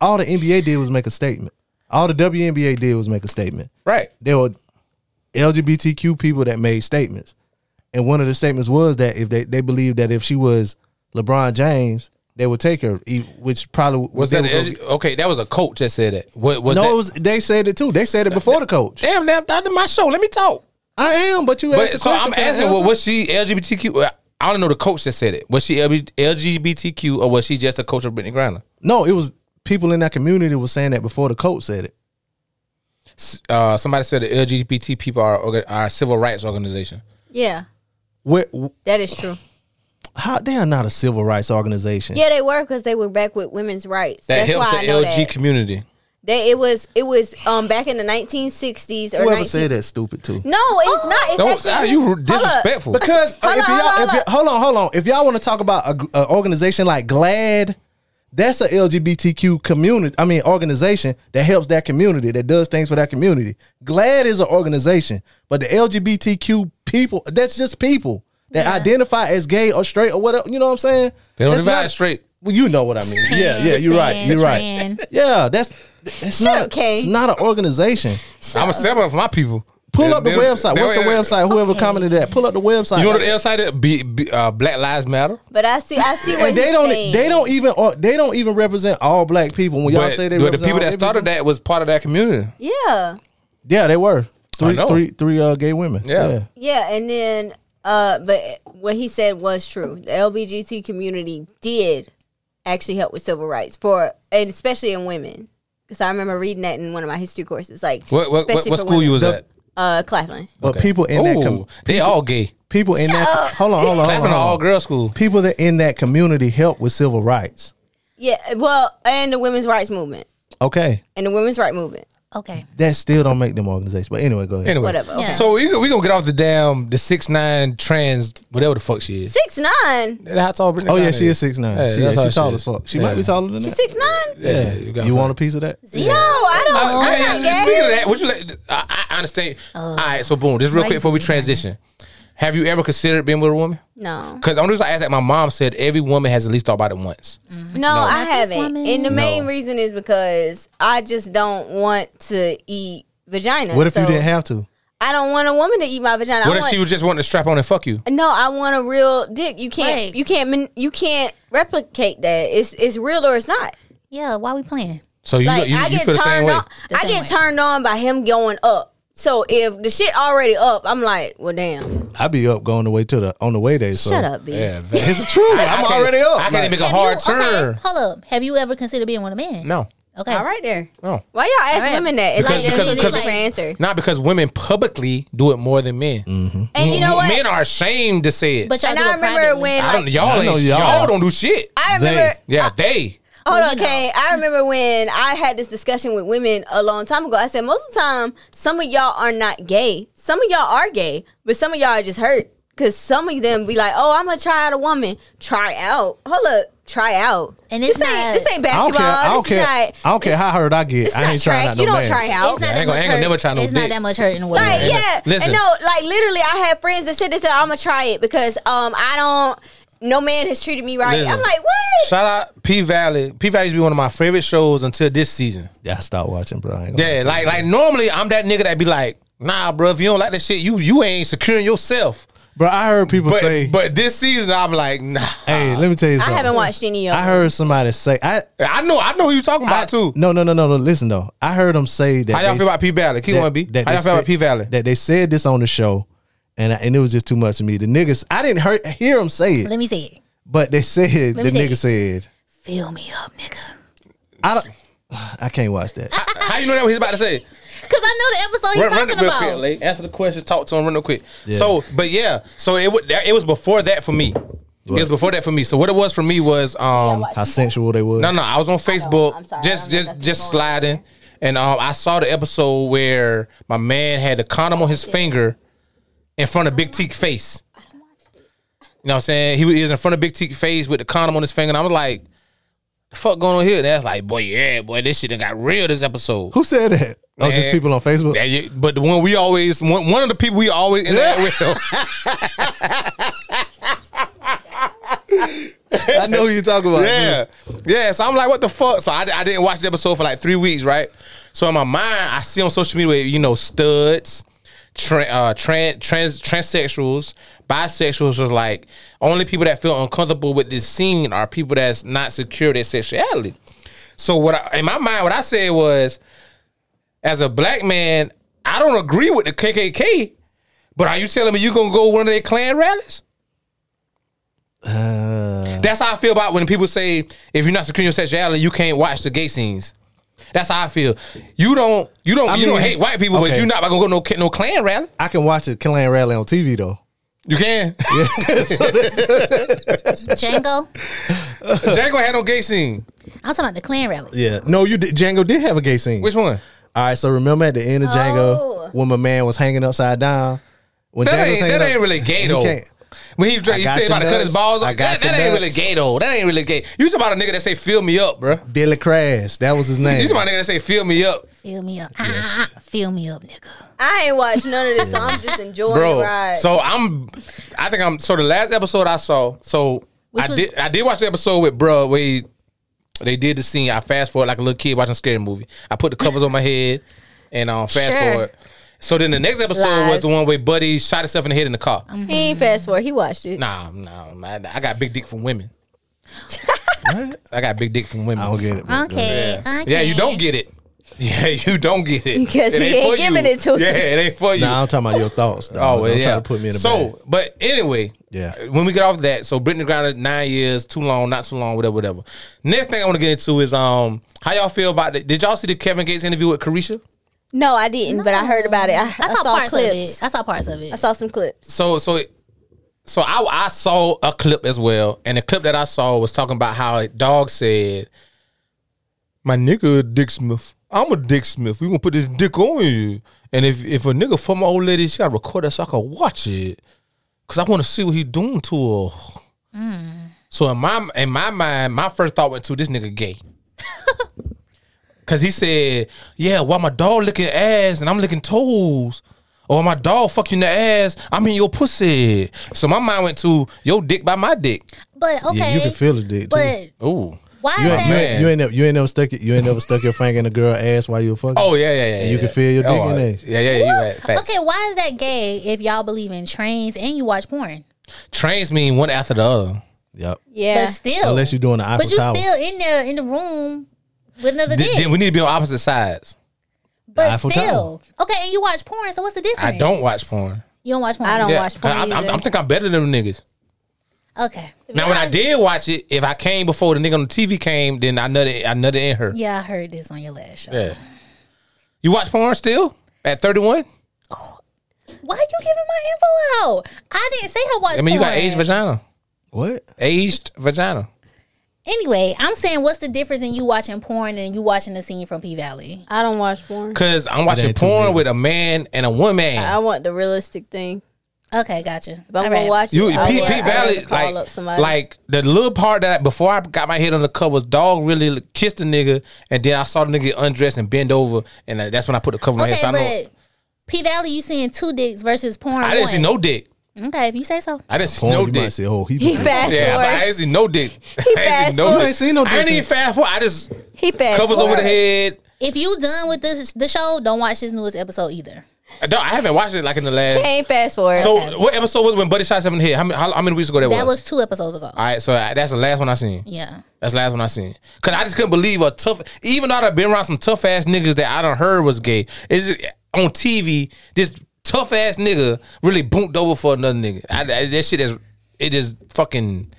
Speaker 4: all the NBA did was make a statement. All the WNBA did was make a statement.
Speaker 1: right.
Speaker 4: There were LGBTQ people that made statements, and one of the statements was that if they they believed that if she was LeBron James, they would take her, e- which probably
Speaker 1: Was
Speaker 4: they
Speaker 1: that
Speaker 4: would
Speaker 1: the
Speaker 4: go
Speaker 1: edu- okay? That was a coach that said that. What was
Speaker 4: get- no, it
Speaker 1: that?
Speaker 4: was, they said it too. They said it before the coach.
Speaker 1: Damn, that, that my show. Let me talk.
Speaker 4: I am, but you
Speaker 1: But
Speaker 4: asked the
Speaker 1: so I'm
Speaker 4: question, can I
Speaker 1: asking,
Speaker 4: answer?
Speaker 1: well, was she LGBTQ? Well, I don't know the coach that said it. Was she LB- LGBTQ or was she just a coach of Brittany Griner?
Speaker 4: No, it was people in that community was saying that before the coach said it.
Speaker 1: Uh, somebody said the LGBT people are orga- are a civil rights organization.
Speaker 2: yeah,
Speaker 4: Where,
Speaker 2: that is true.
Speaker 4: how they are not a civil rights organization.
Speaker 2: Yeah, they were because they were back with women's rights.
Speaker 1: That
Speaker 2: That's why
Speaker 1: helps the
Speaker 2: I know
Speaker 1: LG
Speaker 2: that.
Speaker 1: community.
Speaker 2: They, it was it was um back in the 1960s or
Speaker 4: Whoever
Speaker 2: 19-
Speaker 4: said that stupid too.
Speaker 2: No,
Speaker 4: Oh.
Speaker 2: it's not. It's actually
Speaker 1: Don't ah,
Speaker 2: Hold
Speaker 1: you
Speaker 2: up.
Speaker 1: disrespectful.
Speaker 4: Because uh,
Speaker 2: Hold
Speaker 4: if
Speaker 2: on,
Speaker 4: y'all,
Speaker 2: hold on,
Speaker 4: if y- hold on, hold on. If y'all want to talk about a, gr- a organization like GLAD, that's a LGBTQ community. I mean, organization that helps that community that does things for that community. GLAD is an organization, but the LGBTQ people, that's just people that identify as gay or straight or whatever. You know what I'm saying?
Speaker 1: They don't
Speaker 4: That's
Speaker 1: divide
Speaker 4: not-
Speaker 1: straight.
Speaker 4: Well, you know what I mean. Yeah, yeah, you're right.
Speaker 3: Trans,
Speaker 4: You're
Speaker 3: trans.
Speaker 4: right. Yeah, that's it's not
Speaker 2: up, Kay.
Speaker 4: it's not an organization.
Speaker 1: I'm a seller for my people.
Speaker 4: Pull up the
Speaker 1: They don't-
Speaker 4: website.
Speaker 1: they
Speaker 4: What's the
Speaker 1: don't-
Speaker 4: website? Whoever commented that, pull up the website.
Speaker 1: You know what the else I did? B, B, uh, Black Lives Matter.
Speaker 2: But I see, I see what
Speaker 4: and they
Speaker 2: he's
Speaker 4: don't e-,
Speaker 2: saying.
Speaker 4: they don't even or they don't even represent all black people when y'all
Speaker 1: But,
Speaker 4: say they
Speaker 1: but the
Speaker 4: represent
Speaker 1: people
Speaker 4: all
Speaker 1: that started
Speaker 4: everybody.
Speaker 1: that was part of that community.
Speaker 2: Yeah,
Speaker 4: yeah they were three
Speaker 1: know.
Speaker 4: three three uh gay women
Speaker 1: Yeah.
Speaker 2: yeah, and then uh, but what he said was true. The LGBT community did actually help with civil rights for, and especially in women. Because I remember reading that in one of my history courses, like
Speaker 1: What what, what,
Speaker 2: especially
Speaker 1: what
Speaker 2: for
Speaker 1: school
Speaker 2: women.
Speaker 1: you was
Speaker 4: The-
Speaker 1: at?
Speaker 2: uh Claflin.
Speaker 4: but
Speaker 1: Okay.
Speaker 4: people Oh. in that com-
Speaker 1: Ooh, they all gay.
Speaker 4: people in that hold on hold on, hold
Speaker 1: Clapping
Speaker 4: on,
Speaker 1: an all
Speaker 4: hold on.
Speaker 1: girl school.
Speaker 4: people that in that community help with civil rights
Speaker 2: Yeah, well, and the women's rights movement
Speaker 4: okay
Speaker 2: and the women's right movement.
Speaker 3: okay,
Speaker 4: that still don't make them organizations but anyway go ahead
Speaker 1: Anyway,
Speaker 2: Whatever.
Speaker 3: Yeah.
Speaker 2: Okay.
Speaker 1: So we we gonna get off the damn the six nine trans whatever the fuck she is.
Speaker 2: Six nine.
Speaker 1: That how tall Britney
Speaker 4: oh yeah
Speaker 1: Griner
Speaker 4: she is
Speaker 1: is.
Speaker 4: six nine
Speaker 1: Yeah,
Speaker 4: she,
Speaker 1: that's
Speaker 4: yeah,
Speaker 1: how
Speaker 4: she
Speaker 1: she
Speaker 4: tall
Speaker 1: is.
Speaker 4: as fuck she
Speaker 1: Yeah.
Speaker 4: might be taller than
Speaker 2: She's
Speaker 4: that
Speaker 2: six nine.
Speaker 1: Yeah,
Speaker 4: you, want a piece of that
Speaker 2: No, I don't.
Speaker 1: Oh,
Speaker 2: I'm
Speaker 1: hey,
Speaker 2: not gay. Oh.
Speaker 1: Speaking of that, would you like? I, I understand. All right, so boom, just real quick before we transition. Have you ever considered being with a woman?
Speaker 2: No.
Speaker 1: Because the only reason I asked that, my mom said every woman has at least thought about it once.
Speaker 2: No, I
Speaker 3: Not this
Speaker 2: haven't.
Speaker 3: woman.
Speaker 2: And the main
Speaker 1: No.
Speaker 2: reason is because I just don't want to eat vagina.
Speaker 4: what if you
Speaker 2: So,
Speaker 4: didn't have to
Speaker 2: I don't want a woman to eat my vagina.
Speaker 1: What
Speaker 2: I
Speaker 1: if
Speaker 2: want,
Speaker 1: she was just wanting to strap on and fuck you?
Speaker 2: No, I want a real dick. You can't.
Speaker 3: Right.
Speaker 2: You can't. man- You can't replicate that. It's it's real or it's not.
Speaker 3: yeah. Why we playing?
Speaker 1: So you
Speaker 2: Like
Speaker 1: you,
Speaker 2: I
Speaker 1: you
Speaker 2: get
Speaker 1: feel the same
Speaker 2: turned
Speaker 1: way?
Speaker 2: on.
Speaker 3: The
Speaker 2: I
Speaker 3: same
Speaker 2: get
Speaker 3: way.
Speaker 2: turned on by him going up. So if the shit already up, I'm like, well, damn.
Speaker 4: i'd be up going the way to the on the way day so
Speaker 2: Shut up, bitch.
Speaker 1: Yeah,
Speaker 4: it's true
Speaker 1: I
Speaker 4: i'm
Speaker 1: can't-
Speaker 4: already up
Speaker 1: I can't
Speaker 4: Like,
Speaker 1: even make a
Speaker 3: Have
Speaker 1: hard
Speaker 3: you, okay,
Speaker 1: turn.
Speaker 3: hold up. Have you ever considered being one of men?
Speaker 1: No,
Speaker 3: Okay.
Speaker 2: All right there.
Speaker 1: no.
Speaker 2: Why y'all ask
Speaker 3: All right.
Speaker 2: women that? It's
Speaker 1: Oh. Because-
Speaker 2: like
Speaker 1: because-
Speaker 2: there's
Speaker 1: because-
Speaker 2: a different answer.
Speaker 1: Not because women publicly do it more than men.
Speaker 2: And you know what?
Speaker 1: Men are ashamed to say it.
Speaker 3: But y'all
Speaker 2: and
Speaker 3: do
Speaker 2: I
Speaker 3: it
Speaker 2: remember
Speaker 3: privately.
Speaker 2: when
Speaker 1: I don't.
Speaker 2: like,
Speaker 1: Y'all,
Speaker 4: I know
Speaker 1: ain't, y'all.
Speaker 4: y'all.
Speaker 1: don't do shit.
Speaker 2: I remember.
Speaker 1: yeah, they.
Speaker 2: Hold
Speaker 3: Well,
Speaker 2: on,
Speaker 3: you know.
Speaker 2: Kane. I remember when I had this discussion with women a long time ago. I said most of the time, some of y'all are not gay. Some of y'all are gay, but some of y'all are just hurt. Cause some of them be like, "Oh, I'm gonna try out a woman. Try out. Hold up, try out.
Speaker 3: And
Speaker 2: this
Speaker 3: it's not-
Speaker 2: ain't this ain't
Speaker 4: I
Speaker 2: basketball.
Speaker 4: don't care. I don't
Speaker 2: this
Speaker 4: care.
Speaker 2: is
Speaker 4: I
Speaker 2: not.
Speaker 4: don't care how hurt I get.
Speaker 2: It's
Speaker 4: I
Speaker 2: not
Speaker 4: ain't trying
Speaker 2: track.
Speaker 4: out no
Speaker 2: You don't
Speaker 4: man.
Speaker 2: try
Speaker 3: It's
Speaker 2: out.
Speaker 3: not
Speaker 1: I ain't
Speaker 3: that
Speaker 1: gonna- I
Speaker 3: much
Speaker 1: ain't gonna
Speaker 3: hurt.
Speaker 1: never try no
Speaker 3: it's not
Speaker 1: dick.
Speaker 3: that much hurt in the world.
Speaker 2: Like
Speaker 1: ain't
Speaker 2: yeah,
Speaker 1: that- Listen.
Speaker 2: and no, like literally, I had friends that said this. I'm gonna try it because um I don't. No man has treated me right.
Speaker 1: Listen.
Speaker 2: I'm like what?
Speaker 1: Shout out P Valley. P Valley used to be one of my favorite shows until this season.
Speaker 4: Yeah, I stopped watching, bro. I ain't gonna
Speaker 1: Yeah, like like normally I'm that nigga that be like, nah, bro, if you don't like that shit, you you ain't securing yourself.
Speaker 4: bro. I heard people
Speaker 1: But
Speaker 4: say,
Speaker 1: but this season I'm like, nah.
Speaker 4: "Hey, let me tell you
Speaker 2: I
Speaker 4: something."
Speaker 2: haven't watched any of.
Speaker 4: I
Speaker 2: them.
Speaker 4: heard somebody say, "I."
Speaker 1: I know I know who you talking about
Speaker 4: I-
Speaker 1: too.
Speaker 4: No, no, no, no, no. Listen though, I heard them say that.
Speaker 1: How y'all
Speaker 4: they
Speaker 1: feel
Speaker 4: s-
Speaker 1: about P Valley? Keep going, B. How
Speaker 4: they
Speaker 1: y'all feel about
Speaker 4: said-
Speaker 1: P Valley?
Speaker 4: That they said this on the show, and I, and it was just too much for me. The niggas, I didn't hear, hear them say it,
Speaker 3: Let me see it.
Speaker 4: but they said
Speaker 3: Let
Speaker 4: the
Speaker 3: me tell
Speaker 4: nigga
Speaker 3: you.
Speaker 4: said,
Speaker 3: Fill me up, nigga.
Speaker 4: "I don't." I can't watch that.
Speaker 1: How you know that what he's about to say?
Speaker 3: Because I know the episode he's talking
Speaker 1: real
Speaker 3: about.
Speaker 1: quick, Lay. Answer the questions. Talk to him real quick. So, but yeah, so it would. That, it was before that for me. It was before that for me. So what it was for me was um
Speaker 4: How sensual they was.
Speaker 1: no no I was on Facebook
Speaker 2: I'm sorry, I
Speaker 1: just
Speaker 2: don't know
Speaker 1: just
Speaker 2: nothing
Speaker 1: just
Speaker 2: going
Speaker 1: sliding, and um I saw the episode where my man had a condom on his finger in front of Big Teak face. You know what I'm saying? He was he was in front of Big Teak face with the condom on his finger, and I was like, "The fuck going on here?" And that's like, "Boy, yeah, boy, this shit done got real this episode."
Speaker 4: Who said that? Oh, just
Speaker 1: Man.
Speaker 4: people on Facebook.
Speaker 1: Yeah, yeah, but the one we always one, one of the people we always interact with.
Speaker 4: I know who you talking about.
Speaker 1: yeah, yeah. So I'm like, what the fuck? So I, I didn't watch the episode for like three weeks, right? So in my mind, I see on social media, you know, studs, tra- uh, tran- trans transsexuals, bisexuals was like only people that feel uncomfortable with this scene are people that's not secure their sexuality. So what I, in my mind, what I said was, as a black man, I don't agree with the KKK, but are you telling me you gonna go one of their Klan rallies? That's how I feel about when people say if you're not securing your sexuality, you can't watch the gay scenes. That's how I feel. You don't, you don't,
Speaker 4: I
Speaker 1: you don't
Speaker 4: mean,
Speaker 1: hate white people,
Speaker 4: okay.
Speaker 1: but you're not gonna go no no Klan rally.
Speaker 4: I can watch a Clan rally on TV though.
Speaker 1: You can.
Speaker 3: Django.
Speaker 1: Django had no gay scene.
Speaker 3: I'm talking about the Klan rally.
Speaker 4: Yeah. No, you did, Django did have a gay scene.
Speaker 1: Which one?
Speaker 4: All right. So remember at the end of Django
Speaker 2: Oh.
Speaker 4: when my man was hanging upside down. When
Speaker 1: That
Speaker 4: Django
Speaker 1: ain't, that ain't really gay though. When he was
Speaker 4: I
Speaker 1: drinking,
Speaker 4: got
Speaker 1: he said
Speaker 4: your
Speaker 1: about to cut his
Speaker 4: nuts.
Speaker 1: balls
Speaker 4: I
Speaker 1: off. That,
Speaker 4: got
Speaker 1: that
Speaker 4: your
Speaker 1: ain't really
Speaker 4: nuts.
Speaker 1: gay though. That ain't really gay. You talking about a nigga that say fill me up, bruh.
Speaker 4: Billy Crash. That was his
Speaker 1: You
Speaker 4: name.
Speaker 1: talking about a nigga that say fill me up.
Speaker 3: Fill me up. Ah, ah, ah. fill me up, nigga.
Speaker 2: I ain't watched none of this, so I'm just enjoying
Speaker 1: bro.
Speaker 2: the ride.
Speaker 1: So I'm, I think I'm. So the last episode I saw, so
Speaker 3: Which
Speaker 1: I
Speaker 3: was-
Speaker 1: did, I did watch the episode with bro. Where he- they did the scene. I fast forward like a little kid watching a scary movie. I put the covers on my head and um, fast
Speaker 3: Sure.
Speaker 1: forward. So then the next episode was
Speaker 2: Lies.
Speaker 1: the one where Buddy shot himself in the head in the car.
Speaker 2: he ain't fast forward. He watched it.
Speaker 1: Nah, nah, nah, I got big dick from women. I got big dick from women.
Speaker 4: I don't get it. bro.
Speaker 3: Okay. Okay.
Speaker 1: Yeah, you don't get it. Yeah, you don't get it
Speaker 2: Because
Speaker 1: It
Speaker 2: he ain't
Speaker 1: for you.
Speaker 2: giving it to
Speaker 1: Yeah,
Speaker 2: you.
Speaker 1: it ain't for you.
Speaker 4: Nah, I'm talking about your thoughts.
Speaker 1: Oh,
Speaker 4: Dog.
Speaker 1: well,
Speaker 4: Don't
Speaker 1: yeah.
Speaker 4: try to put me in a
Speaker 1: so,
Speaker 4: bag.
Speaker 1: but anyway,
Speaker 4: Yeah.
Speaker 1: When we get off that, so Brittany Grinder nine years, too long, not too long, whatever, whatever. Next thing I want to get into is um, how y'all feel about it? Did y'all see the Kevin Gates interview with Carisha?
Speaker 2: No, I didn't, but I heard about it. I,
Speaker 3: I
Speaker 2: I
Speaker 3: saw,
Speaker 2: saw
Speaker 3: parts
Speaker 2: clips.
Speaker 3: of it. I saw parts of
Speaker 2: I
Speaker 3: it.
Speaker 2: saw some clips.
Speaker 1: So, so, so I I saw a clip as well, and the clip that I saw was talking about how a dog said, "My nigga, Dick Smith, I'm a Dick Smith. We gonna put this dick on you, and if if a nigga for my old lady, she gotta record it so I can watch it, cause I want to see what he doing to her." So in my in my mind, my first thought went to this nigga gay. Cause he said, "Yeah, why my dog licking ass and I'm licking toes, or my dog fucking the ass, I'm in your pussy." So my mind went to your dick by my dick.
Speaker 3: But okay.
Speaker 4: Yeah, you can feel the dick, too.
Speaker 3: But
Speaker 1: Ooh,
Speaker 3: why
Speaker 4: You
Speaker 3: is
Speaker 4: ain't,
Speaker 3: that?
Speaker 4: you,
Speaker 1: Man.
Speaker 4: ain't, you ain't never you ain't never stuck it, you ain't never stuck your finger in a girl ass while you were fucking.
Speaker 1: oh yeah, yeah, yeah.
Speaker 4: you
Speaker 1: yeah.
Speaker 4: can feel your dick
Speaker 1: Oh,
Speaker 4: in it.
Speaker 1: Yeah, yeah, yeah. You right. Facts.
Speaker 3: Okay, why is that gay if y'all believe in trains and you watch porn?
Speaker 1: Trains mean one after the other.
Speaker 4: Yep.
Speaker 2: Yeah.
Speaker 3: But still,
Speaker 4: Unless you're doing the Eiffel
Speaker 3: but you
Speaker 4: Tower.
Speaker 3: still in there in the room with another
Speaker 1: Th-
Speaker 3: dick.
Speaker 1: then we need to be on opposite sides.
Speaker 3: but
Speaker 4: Eiffel
Speaker 3: still, okay, and you watch porn. So what's the
Speaker 1: I
Speaker 3: difference?
Speaker 1: don't watch porn.
Speaker 3: You don't watch porn.
Speaker 2: I don't
Speaker 1: Yeah,
Speaker 2: watch porn.
Speaker 1: I, I,
Speaker 2: either.
Speaker 1: I, I think I'm better than them niggas.
Speaker 3: Okay.
Speaker 1: Now when I did watch it, if I came before the nigga on the TV came, then I nutted, I nutted in her.
Speaker 3: Yeah, I heard this on your last show.
Speaker 1: Yeah. You watch porn still at 31?
Speaker 3: Why you giving my info out? I didn't say I watched.
Speaker 1: I mean, you got
Speaker 3: porn.
Speaker 1: aged vagina.
Speaker 4: What?
Speaker 1: Aged vagina.
Speaker 3: Anyway, I'm saying, what's the difference in you watching porn and you watching the scene from P Valley?
Speaker 2: I don't watch porn.
Speaker 1: Cause I'm watching
Speaker 4: ain't two
Speaker 1: porn
Speaker 4: niggas.
Speaker 1: with a man and a woman.
Speaker 2: I want the realistic thing.
Speaker 3: Okay, gotcha.
Speaker 2: But I'm
Speaker 3: All
Speaker 2: gonna
Speaker 3: right.
Speaker 2: watch
Speaker 1: You
Speaker 2: it. I
Speaker 1: Pete,
Speaker 2: will.
Speaker 1: Pete
Speaker 2: I have to
Speaker 1: Valley,
Speaker 2: call up
Speaker 1: like,
Speaker 2: somebody.
Speaker 1: like the little part that before I got my head on the covers, dog really kissed the nigga, and then I saw the nigga get undressed and bend over, and uh, that's when I put the cover on my
Speaker 3: Okay,
Speaker 1: head. So I know
Speaker 3: but P Valley, you seeing two dicks versus porn.
Speaker 1: I didn't see
Speaker 3: one.
Speaker 1: no dick.
Speaker 3: Okay, if you say so.
Speaker 1: I didn't see
Speaker 4: Porn,
Speaker 1: no
Speaker 4: you
Speaker 1: dick.
Speaker 4: might say, oh, he,
Speaker 2: He fast
Speaker 1: yeah, but I
Speaker 2: forward.
Speaker 1: ain't seen no dick. I ain't
Speaker 2: fast
Speaker 1: seen no
Speaker 2: forward.
Speaker 1: dick.
Speaker 4: You ain't seen no
Speaker 1: I ain't
Speaker 4: dick.
Speaker 1: even fast forward. I just
Speaker 2: He fast
Speaker 1: covers over the
Speaker 3: forward.
Speaker 1: head.
Speaker 3: If you done with this the show, don't watch this newest episode either.
Speaker 1: I, don't- I haven't watched it like in the last.
Speaker 2: He ain't fast forward.
Speaker 1: So what episode was it when Buddy shot seven hit? How many, how, how many weeks ago that,
Speaker 3: That
Speaker 1: was?
Speaker 3: was two episodes ago.
Speaker 1: All right, so I, that's the last one I seen.
Speaker 3: Yeah.
Speaker 1: That's the last one I seen. Cause I just couldn't believe a tough. Even though I've been around some tough ass niggas that I done heard was gay, it's just, uh, on TV. This tough ass nigga really boomed over for another nigga. I, I- that shit is it just fucking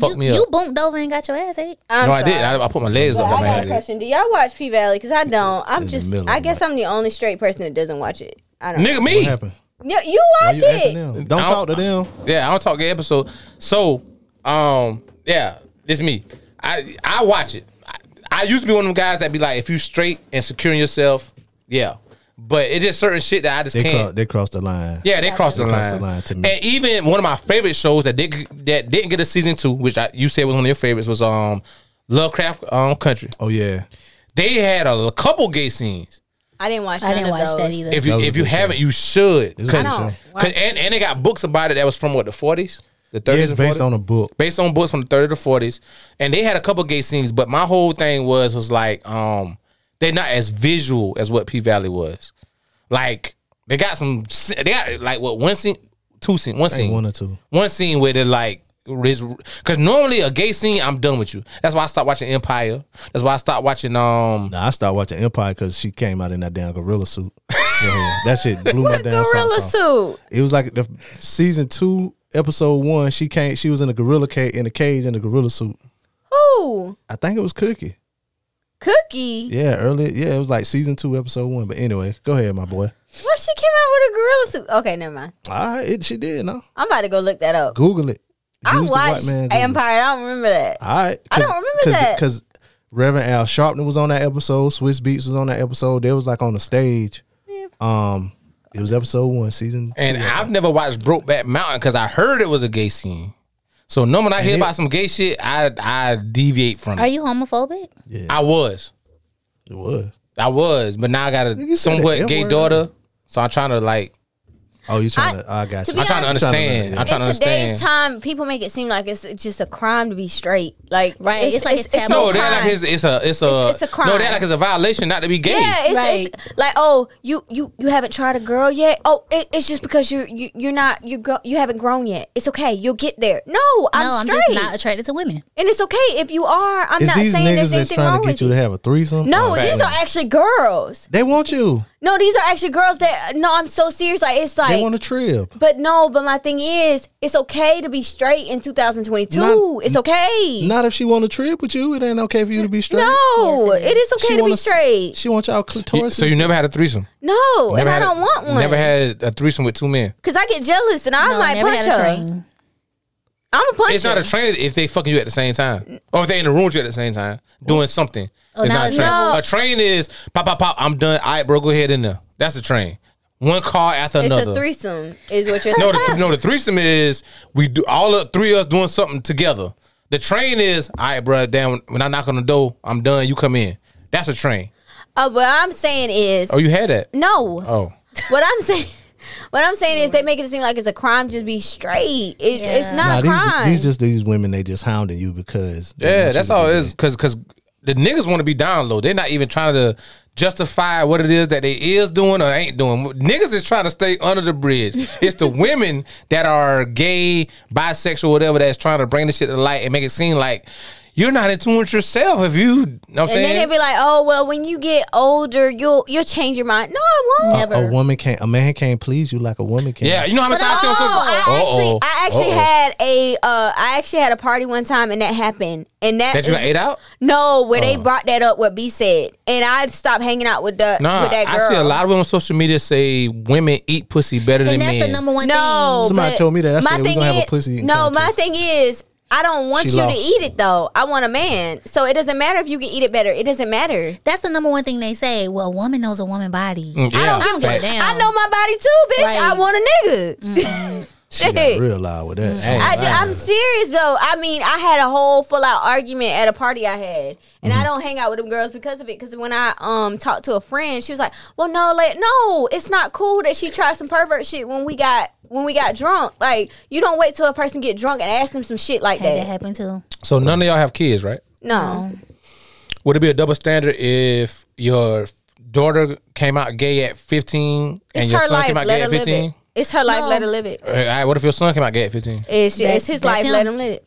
Speaker 1: fucked
Speaker 3: you,
Speaker 1: me
Speaker 3: you
Speaker 1: up.
Speaker 3: boomed over and got your ass ate.
Speaker 2: I'm
Speaker 1: no, I
Speaker 2: sorry.
Speaker 1: did. I, I put my legs up.
Speaker 2: I
Speaker 1: on my
Speaker 2: got a
Speaker 1: ass.
Speaker 2: question. Do y'all watch P Valley? Because I don't. I'm
Speaker 4: the
Speaker 2: just.
Speaker 4: middle
Speaker 2: I
Speaker 4: of
Speaker 2: guess I'm the only straight person that doesn't watch it. I don't.
Speaker 1: Nigga, me.
Speaker 4: What happened?
Speaker 2: No, you
Speaker 4: Why
Speaker 2: watch
Speaker 4: you asking
Speaker 2: it.
Speaker 4: them? Don't
Speaker 1: I don't-
Speaker 4: talk to them.
Speaker 1: Yeah, I don't talk gay episode. So, um, yeah, it's me. I I watch it. I, I used to be one of them guys that be like, if you straight and securing yourself, yeah. But it's just certain shit that I just
Speaker 4: They,
Speaker 1: can't.
Speaker 4: cro- they crossed the line.
Speaker 1: yeah, they crossed the
Speaker 4: They
Speaker 1: line.
Speaker 4: crossed the line to me.
Speaker 1: And even one of my favorite shows that did that didn't get a season two, which I, you said was one of your favorites, was um Lovecraft um Country.
Speaker 4: Oh, yeah.
Speaker 1: They had a, couple gay scenes.
Speaker 2: I didn't watch.
Speaker 3: I didn't
Speaker 2: none
Speaker 3: watch
Speaker 2: of those.
Speaker 3: that either.
Speaker 1: If you
Speaker 4: was a
Speaker 1: if you
Speaker 4: good show.
Speaker 1: haven't, you should.
Speaker 4: was
Speaker 1: 'Cause-
Speaker 4: a good
Speaker 2: I don't
Speaker 1: 'cause-
Speaker 2: watch it.
Speaker 1: and, and they got books about it that was from what the forties, the
Speaker 4: Yeah,
Speaker 1: thirties.
Speaker 4: it's based on a book.
Speaker 1: based on books from the 30 to 40s and they had a couple gay scenes but my whole thing was was like um they're not as visual as what p-valley was like they got some they got like what one scene two scene one scene
Speaker 4: one or two.
Speaker 1: one scene where they're like because normally a gay scene i'm done with you that's why i stopped watching empire that's why i stopped watching um
Speaker 4: Now, I started watching Empire because she came out in that damn gorilla suit. Yeah, that shit blew my damn
Speaker 2: Gorilla
Speaker 4: socks off.
Speaker 2: suit.
Speaker 4: It was like the season two, episode one. She came. She was in a gorilla cage in a cage in a gorilla suit.
Speaker 2: Who?
Speaker 4: I think it was Cookie.
Speaker 2: Cookie.
Speaker 4: Yeah, early. Yeah, it was like season two, episode one. But anyway, go ahead, my boy.
Speaker 2: What? She came out with a gorilla suit. Okay, never mind.
Speaker 4: All right, it, she did. No,
Speaker 2: I'm about to go look that up.
Speaker 4: Google it.
Speaker 2: I
Speaker 4: Use the white
Speaker 2: watched
Speaker 4: man Google.
Speaker 2: Empire. I don't remember that.
Speaker 4: All right,
Speaker 2: I don't remember that.
Speaker 4: because Reverend Al Sharpton was on that episode. Swiss Beats was on that episode. They was like on the stage. Um, it was episode one, season. two.
Speaker 1: and i've never watched brokeback mountain because i heard it was a gay scene so no when i hear
Speaker 4: it-
Speaker 1: about some gay shit i i deviate from
Speaker 3: Are
Speaker 1: it
Speaker 3: you homophobic?
Speaker 1: i was
Speaker 4: It was.
Speaker 1: I was, but now I got
Speaker 4: Nigga, you
Speaker 1: a
Speaker 4: said the
Speaker 1: somewhat
Speaker 4: N
Speaker 1: gay
Speaker 4: word.
Speaker 1: daughter, so I'm trying to like,
Speaker 4: Oh, you trying
Speaker 2: I-
Speaker 4: to? I got
Speaker 2: to
Speaker 4: you.
Speaker 2: be
Speaker 1: I'm trying to
Speaker 2: honest-
Speaker 1: understand.
Speaker 4: Yeah.
Speaker 1: I'm trying to
Speaker 2: in
Speaker 1: understand.
Speaker 2: today's time, people make it seem like it's just a crime to be straight. Like
Speaker 3: Right, it's like it's taboo.
Speaker 1: no,
Speaker 2: so
Speaker 1: they're like
Speaker 2: crime.
Speaker 1: it's, it's a it's a
Speaker 2: It's- it's a crime.
Speaker 1: no, they're like it's a violation not to be gay.
Speaker 2: Yeah, it's, it's like oh, you you you haven't tried a girl yet. Oh, it, it's just because you you you're not you gro- you haven't grown yet. It's okay, you'll get there. No, I'm
Speaker 3: no, I'm
Speaker 2: straight,
Speaker 3: just not attracted to women.
Speaker 2: and it's okay if you are. I'm
Speaker 4: It's
Speaker 2: not
Speaker 4: these
Speaker 2: saying
Speaker 4: niggas
Speaker 2: there's
Speaker 4: that's
Speaker 2: anything
Speaker 4: trying
Speaker 2: wrong
Speaker 4: to
Speaker 2: with
Speaker 4: get
Speaker 2: you.
Speaker 4: you to have a threesome.
Speaker 2: no,
Speaker 1: Right.
Speaker 2: these are actually girls.
Speaker 4: they want you.
Speaker 2: No, these are actually girls that. No, I'm so serious. Like it's
Speaker 4: They
Speaker 2: like.
Speaker 4: want a trip.
Speaker 2: but no, but my thing is, it's okay to be straight in 2022.
Speaker 4: Not-
Speaker 2: it's okay.
Speaker 4: Not if she want a trip with you. It ain't okay for you to be straight.
Speaker 2: No,
Speaker 3: Yes, it
Speaker 2: it is okay
Speaker 4: She
Speaker 2: to be
Speaker 4: wanna-
Speaker 2: straight.
Speaker 4: She want y'all
Speaker 1: You-
Speaker 4: clitoris.
Speaker 1: So you never had a threesome,
Speaker 2: No,
Speaker 1: never
Speaker 2: and I
Speaker 1: had a-
Speaker 2: don't want one.
Speaker 1: Never had a threesome with two men.
Speaker 2: Cause I get jealous and I
Speaker 3: No,
Speaker 2: might
Speaker 3: never
Speaker 2: punch
Speaker 3: had a
Speaker 2: her.
Speaker 3: train.
Speaker 2: I'm a punch
Speaker 1: It's not
Speaker 2: her.
Speaker 1: a train if they fucking you at the same time, or if they in the room with you at the same time doing something.
Speaker 3: Oh,
Speaker 1: it's
Speaker 3: now
Speaker 1: not a
Speaker 3: it's
Speaker 1: train.
Speaker 2: not-
Speaker 1: A train is pop pop pop. I'm done. All right, bro, go ahead in there. That's a train. One car after
Speaker 2: it's
Speaker 1: another.
Speaker 2: a threesome, is what you're.
Speaker 1: No, the, no, the threesome is we do all the three of us doing something together. The train is all right, bro. Damn, when I knock on the door, I'm done. You come in. That's a train.
Speaker 2: Uh, what I'm saying is
Speaker 1: Oh, you had that.
Speaker 2: no.
Speaker 1: Oh,
Speaker 2: What I'm saying, what I'm saying is they make it seem like it's a crime just be straight. It's, it's
Speaker 3: Yeah.
Speaker 4: Nah,
Speaker 2: not a crime.
Speaker 4: these, these just these women. They just hounding you because. they want
Speaker 1: yeah,
Speaker 4: you
Speaker 1: that's
Speaker 4: to
Speaker 1: all
Speaker 4: be
Speaker 1: it is. Because because the niggas want to be down low. They're not even trying to justify what it is that they is doing or ain't doing. Niggas is trying to stay under the bridge. it's the women that are gay, bisexual, whatever, that's trying to bring this shit to light and make it seem like. You're not in tune with yourself if you, know what I'm
Speaker 2: and
Speaker 1: saying?
Speaker 2: then they'd be like, "Oh well, when you get older, you'll you'll change your mind." No, I won't.
Speaker 3: Never.
Speaker 4: A woman can't. A man can't please you like a woman can.
Speaker 1: Yeah, you know how many
Speaker 3: But
Speaker 1: times I see on
Speaker 3: no,
Speaker 2: Oh,
Speaker 1: social.
Speaker 2: I
Speaker 1: Uh-oh.
Speaker 2: actually, I actually
Speaker 1: Uh-oh.
Speaker 2: had a, uh, I actually had a party one time, and that happened, and that,
Speaker 1: that you
Speaker 2: is-
Speaker 1: got ate Uh-uh. out.
Speaker 2: No, where they brought that up, what B said, and I stopped hanging out with the
Speaker 1: Nah,
Speaker 2: with that
Speaker 1: I
Speaker 2: girl.
Speaker 1: see a lot of women on social media say women eat pussy better than
Speaker 3: And that's the
Speaker 1: men.
Speaker 3: number one
Speaker 2: No,
Speaker 3: thing.
Speaker 4: Somebody
Speaker 2: but
Speaker 4: told me that. I
Speaker 2: my
Speaker 4: said, "We
Speaker 2: thing
Speaker 4: gonna have a
Speaker 2: is-
Speaker 4: pussy eating
Speaker 2: No, my
Speaker 4: contest."
Speaker 2: thing is, I don't want
Speaker 4: She
Speaker 2: you
Speaker 4: lost.
Speaker 2: to eat it though. I want a man, so it doesn't matter if you can eat it better. It doesn't matter.
Speaker 3: That's the number one thing they say. Well, a woman knows a woman body.
Speaker 1: Mm, yeah.
Speaker 3: I don't give a
Speaker 1: Fact.
Speaker 3: damn.
Speaker 2: I know my body too, bitch.
Speaker 3: Right.
Speaker 2: I want a nigga.
Speaker 4: She got
Speaker 2: shit.
Speaker 4: real loud with that.
Speaker 1: Hey,
Speaker 2: I do,
Speaker 1: man.
Speaker 2: I'm serious though. I mean, I had a whole full out argument at a party I had, and
Speaker 1: Mm-hmm.
Speaker 2: I don't hang out with them girls because of it. Because when I um talked to a friend, she was like, "Well, no, like, no, it's not cool that she tried some pervert shit when we got when we got drunk. Like, you don't wait till a person get drunk and ask them some shit like
Speaker 3: Had that
Speaker 2: that.
Speaker 3: happen too.
Speaker 1: So none of y'all have kids, right?
Speaker 2: No,
Speaker 1: Would it be a double standard if your daughter came out gay at 15 and
Speaker 2: it's
Speaker 1: your
Speaker 2: her
Speaker 1: son
Speaker 2: life.
Speaker 1: came out
Speaker 2: Let
Speaker 1: gay
Speaker 2: her
Speaker 1: at
Speaker 2: live
Speaker 1: 15?
Speaker 2: it. It's her life.
Speaker 3: No.
Speaker 2: Let her live it.
Speaker 1: All right, what if your son came out gay at 15?
Speaker 2: It's, it's
Speaker 3: That's-
Speaker 2: his
Speaker 3: that's
Speaker 2: life. Let
Speaker 3: him.
Speaker 2: him live it.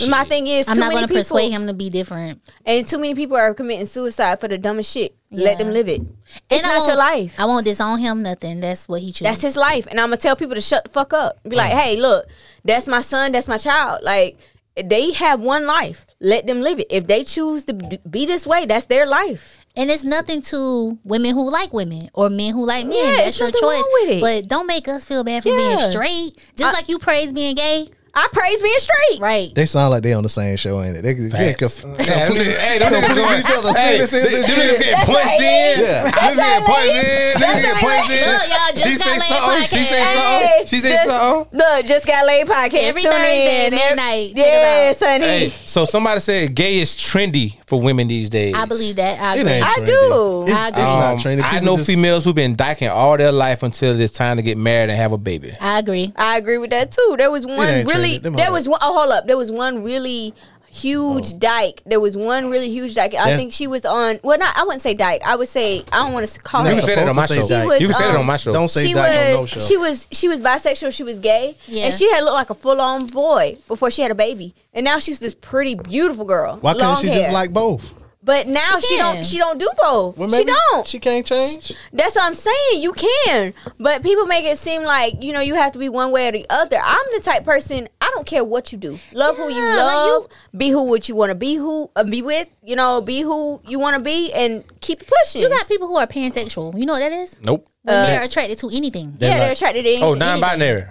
Speaker 2: But my thing is,
Speaker 3: I'm
Speaker 2: too
Speaker 3: not
Speaker 2: many
Speaker 3: going to
Speaker 2: people
Speaker 3: persuade him to be different.
Speaker 2: and too many people are committing suicide for the dumbest shit. Let
Speaker 3: Yeah.
Speaker 2: them live it. It's
Speaker 3: And
Speaker 2: not
Speaker 3: I
Speaker 2: your
Speaker 3: won't-
Speaker 2: life.
Speaker 3: I won't disown him. Nothing. That's what he chose.
Speaker 2: That's his life. And I'm gonna tell people to shut the fuck up. Be like, hey, look, that's my son, that's my child. Like they have one life. Let them live it. If they choose to b- be this way, that's their life.
Speaker 3: And it's nothing to women who like women or men who like men.
Speaker 2: Yeah, it's
Speaker 3: That's your
Speaker 2: nothing
Speaker 3: choice.
Speaker 2: wrong with it.
Speaker 3: But don't make us feel bad for being
Speaker 2: Yeah.
Speaker 3: straight. Just
Speaker 2: I-
Speaker 3: like you praise being gay.
Speaker 2: I praise being straight.
Speaker 3: Right.
Speaker 4: They sound like they on the same show, ain't it? They, they
Speaker 1: Facts.
Speaker 4: conf-
Speaker 1: Yeah, them niggas- hey, them niggas
Speaker 4: complete
Speaker 1: going-
Speaker 4: each other.
Speaker 1: hey,
Speaker 4: Send it, send it,
Speaker 1: them
Speaker 4: send
Speaker 1: niggas
Speaker 4: it.
Speaker 1: getting punched in.
Speaker 4: Yeah.
Speaker 1: Them niggas getting punched in. Them
Speaker 2: That's
Speaker 1: niggas
Speaker 2: how
Speaker 1: getting
Speaker 2: it
Speaker 1: punched in.
Speaker 3: Look, y'all, just
Speaker 1: She say
Speaker 3: got laid
Speaker 1: something. She
Speaker 3: podcast.
Speaker 1: say
Speaker 2: Hey,
Speaker 1: something. She say
Speaker 2: just-
Speaker 1: something.
Speaker 2: Look, just got laid podcast.
Speaker 3: Every
Speaker 2: Tune
Speaker 3: Thursday
Speaker 2: in.
Speaker 3: at midnight. Check us
Speaker 2: Yeah,
Speaker 3: out.
Speaker 2: Sonny.
Speaker 1: Hey, so somebody said gay is trendy for women these days.
Speaker 3: I believe that. I
Speaker 4: It
Speaker 3: agree.
Speaker 4: ain't
Speaker 2: I
Speaker 4: trendy.
Speaker 2: do.
Speaker 4: It's,
Speaker 3: I
Speaker 4: it's
Speaker 3: do.
Speaker 4: not
Speaker 1: Um,
Speaker 4: trendy.
Speaker 1: I
Speaker 4: People
Speaker 1: know
Speaker 4: just-
Speaker 1: females who've been dyking all their life until it's time to get married and have a baby.
Speaker 3: I agree.
Speaker 2: I agree with that too. There was one
Speaker 4: ain't
Speaker 2: really.
Speaker 4: traded. Them
Speaker 2: There
Speaker 4: all
Speaker 2: was one. Oh, hold up. There was one really
Speaker 1: Oh.
Speaker 2: huge dyke. There was one really huge dyke. I
Speaker 4: That's-
Speaker 2: think she was on. Well, not. I wouldn't say dyke. I would say I don't want to call
Speaker 1: You
Speaker 4: You're
Speaker 1: can
Speaker 2: her.
Speaker 1: say that on my
Speaker 4: supposed to
Speaker 1: show.
Speaker 4: say dyke.
Speaker 2: She
Speaker 1: You can
Speaker 2: was,
Speaker 1: say that
Speaker 2: um,
Speaker 1: on my show.
Speaker 4: Don't say
Speaker 2: She
Speaker 4: dyke on no
Speaker 2: was,
Speaker 4: show.
Speaker 2: she was she was bisexual. She was gay,
Speaker 3: Yeah.
Speaker 2: and she had looked like a full on boy before she had a baby. And now she's this pretty, beautiful girl.
Speaker 4: Why couldn't
Speaker 2: long
Speaker 4: she
Speaker 2: hair.
Speaker 4: just like both?
Speaker 2: But now
Speaker 3: She
Speaker 2: she, don't.
Speaker 3: can.
Speaker 2: She don't do both.
Speaker 4: Well,
Speaker 2: she
Speaker 4: maybe
Speaker 2: don't.
Speaker 4: She can't change.
Speaker 2: That's what I'm saying. You can, but people make it seem like you know you have to be one way or the other. I'm the type person. I don't care what you do. Love who you
Speaker 3: Yeah, like
Speaker 2: love. be who what you want to be. Who uh, be with. You know, be who you want to be, and keep pushing.
Speaker 3: You got people who are pansexual. You know what that is?
Speaker 1: Nope.
Speaker 3: When they're attracted to anything.
Speaker 2: yeah,
Speaker 1: They're
Speaker 2: they're
Speaker 1: like-
Speaker 2: attracted to anything.
Speaker 1: Oh, non-binary.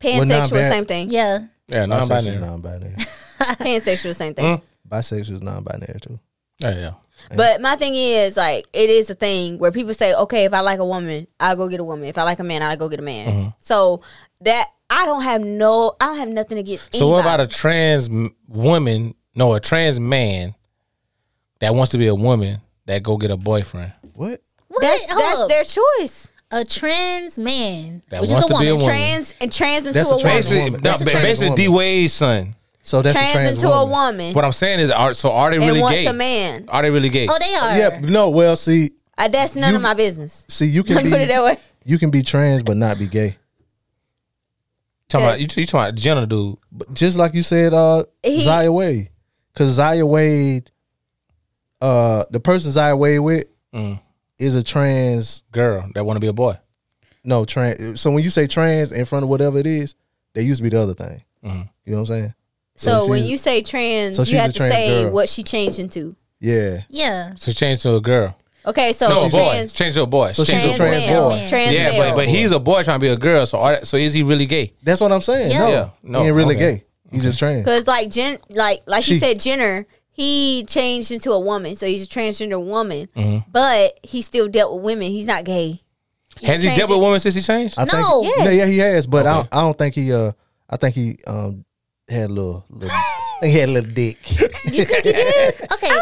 Speaker 2: pansexual,
Speaker 4: non-bi-
Speaker 2: same thing.
Speaker 3: Yeah.
Speaker 1: Yeah,
Speaker 4: Bisexual,
Speaker 1: non-binary.
Speaker 4: non-binary.
Speaker 2: Pansexual, same thing.
Speaker 4: Hmm? Bisexual is non-binary too.
Speaker 1: Yeah, yeah.
Speaker 2: But my thing is like it is a thing where people say, okay, if I like a woman, I'll go get a woman. If I like a man, I'll go get a man. So that I don't have no, I don't have nothing against.
Speaker 1: So what
Speaker 2: anybody.
Speaker 1: about a trans m- woman? No, a trans man that wants to be a woman that go get a boyfriend.
Speaker 4: What?
Speaker 3: What?
Speaker 2: That's
Speaker 3: Hold
Speaker 2: that's
Speaker 3: up.
Speaker 2: their choice.
Speaker 3: a trans man,
Speaker 1: That
Speaker 3: which is
Speaker 1: wants
Speaker 3: a
Speaker 1: to be a
Speaker 3: woman.
Speaker 1: woman.
Speaker 2: Trans and trans into
Speaker 4: That's
Speaker 2: a
Speaker 4: a trans
Speaker 2: woman.
Speaker 1: Basically,
Speaker 4: woman.
Speaker 1: no,
Speaker 4: That's a
Speaker 1: ba-
Speaker 4: trans
Speaker 1: basically
Speaker 4: woman.
Speaker 1: D Wade's son.
Speaker 4: So that's
Speaker 2: Trans,
Speaker 4: a trans
Speaker 2: into
Speaker 4: woman.
Speaker 2: a woman
Speaker 1: What I'm saying is, are so are they
Speaker 2: and
Speaker 1: really
Speaker 2: wants
Speaker 1: gay?
Speaker 2: a man.
Speaker 1: Are they really gay?
Speaker 3: Oh, they are.
Speaker 4: Yeah. No. Well, see,
Speaker 2: Uh, that's none
Speaker 4: You-
Speaker 2: of my business.
Speaker 4: see, you
Speaker 2: Put
Speaker 4: can
Speaker 2: it that
Speaker 4: be
Speaker 2: way.
Speaker 4: you can be trans but not be gay.
Speaker 1: talking about you, you talking about Jenna dude?
Speaker 4: But just like you said, uh,
Speaker 2: He-
Speaker 4: Zaya Wade, because Zaya Wade, uh, the person Zaya Wade with is a trans.
Speaker 1: Girl that want to be a boy.
Speaker 4: No trans. So when you say trans in front of whatever it is, they used to be the other thing.
Speaker 1: Mm-hmm.
Speaker 4: You know what I'm saying?
Speaker 2: So
Speaker 4: she's-
Speaker 2: when you say trans,
Speaker 4: so
Speaker 2: you
Speaker 4: she's
Speaker 2: have
Speaker 4: a
Speaker 2: to
Speaker 4: trans
Speaker 2: say
Speaker 4: girl.
Speaker 2: what she changed into.
Speaker 4: yeah,
Speaker 3: Yeah.
Speaker 1: So change to a girl.
Speaker 2: Okay, so,
Speaker 1: No, a boy.
Speaker 2: trans,
Speaker 1: Change to a boy.
Speaker 4: So
Speaker 1: Change
Speaker 4: she's
Speaker 1: to
Speaker 4: a
Speaker 1: a
Speaker 2: trans,
Speaker 1: boy.
Speaker 4: trans
Speaker 2: male,
Speaker 4: boy.
Speaker 2: trans
Speaker 1: yeah,
Speaker 2: male.
Speaker 1: but, but he's a boy trying to be a girl. So are, so is he really gay?
Speaker 4: that's what I'm saying.
Speaker 3: Yeah.
Speaker 4: No,
Speaker 1: Yeah. No,
Speaker 4: he ain't really
Speaker 1: okay.
Speaker 4: gay. He's just trans.
Speaker 2: Cause like Jen, like like you
Speaker 4: She-
Speaker 2: said, Jenner, he changed into a woman, so he's a transgender woman. But he still dealt with women. He's not gay.
Speaker 1: Has he dealt with women since he changed?
Speaker 4: I
Speaker 3: No.
Speaker 4: Think,
Speaker 2: Yes.
Speaker 4: Yeah, yeah, he has, but I, don't, I don't think he. Uh, I think he um had a little. little I think he had a little dick.
Speaker 3: Okay.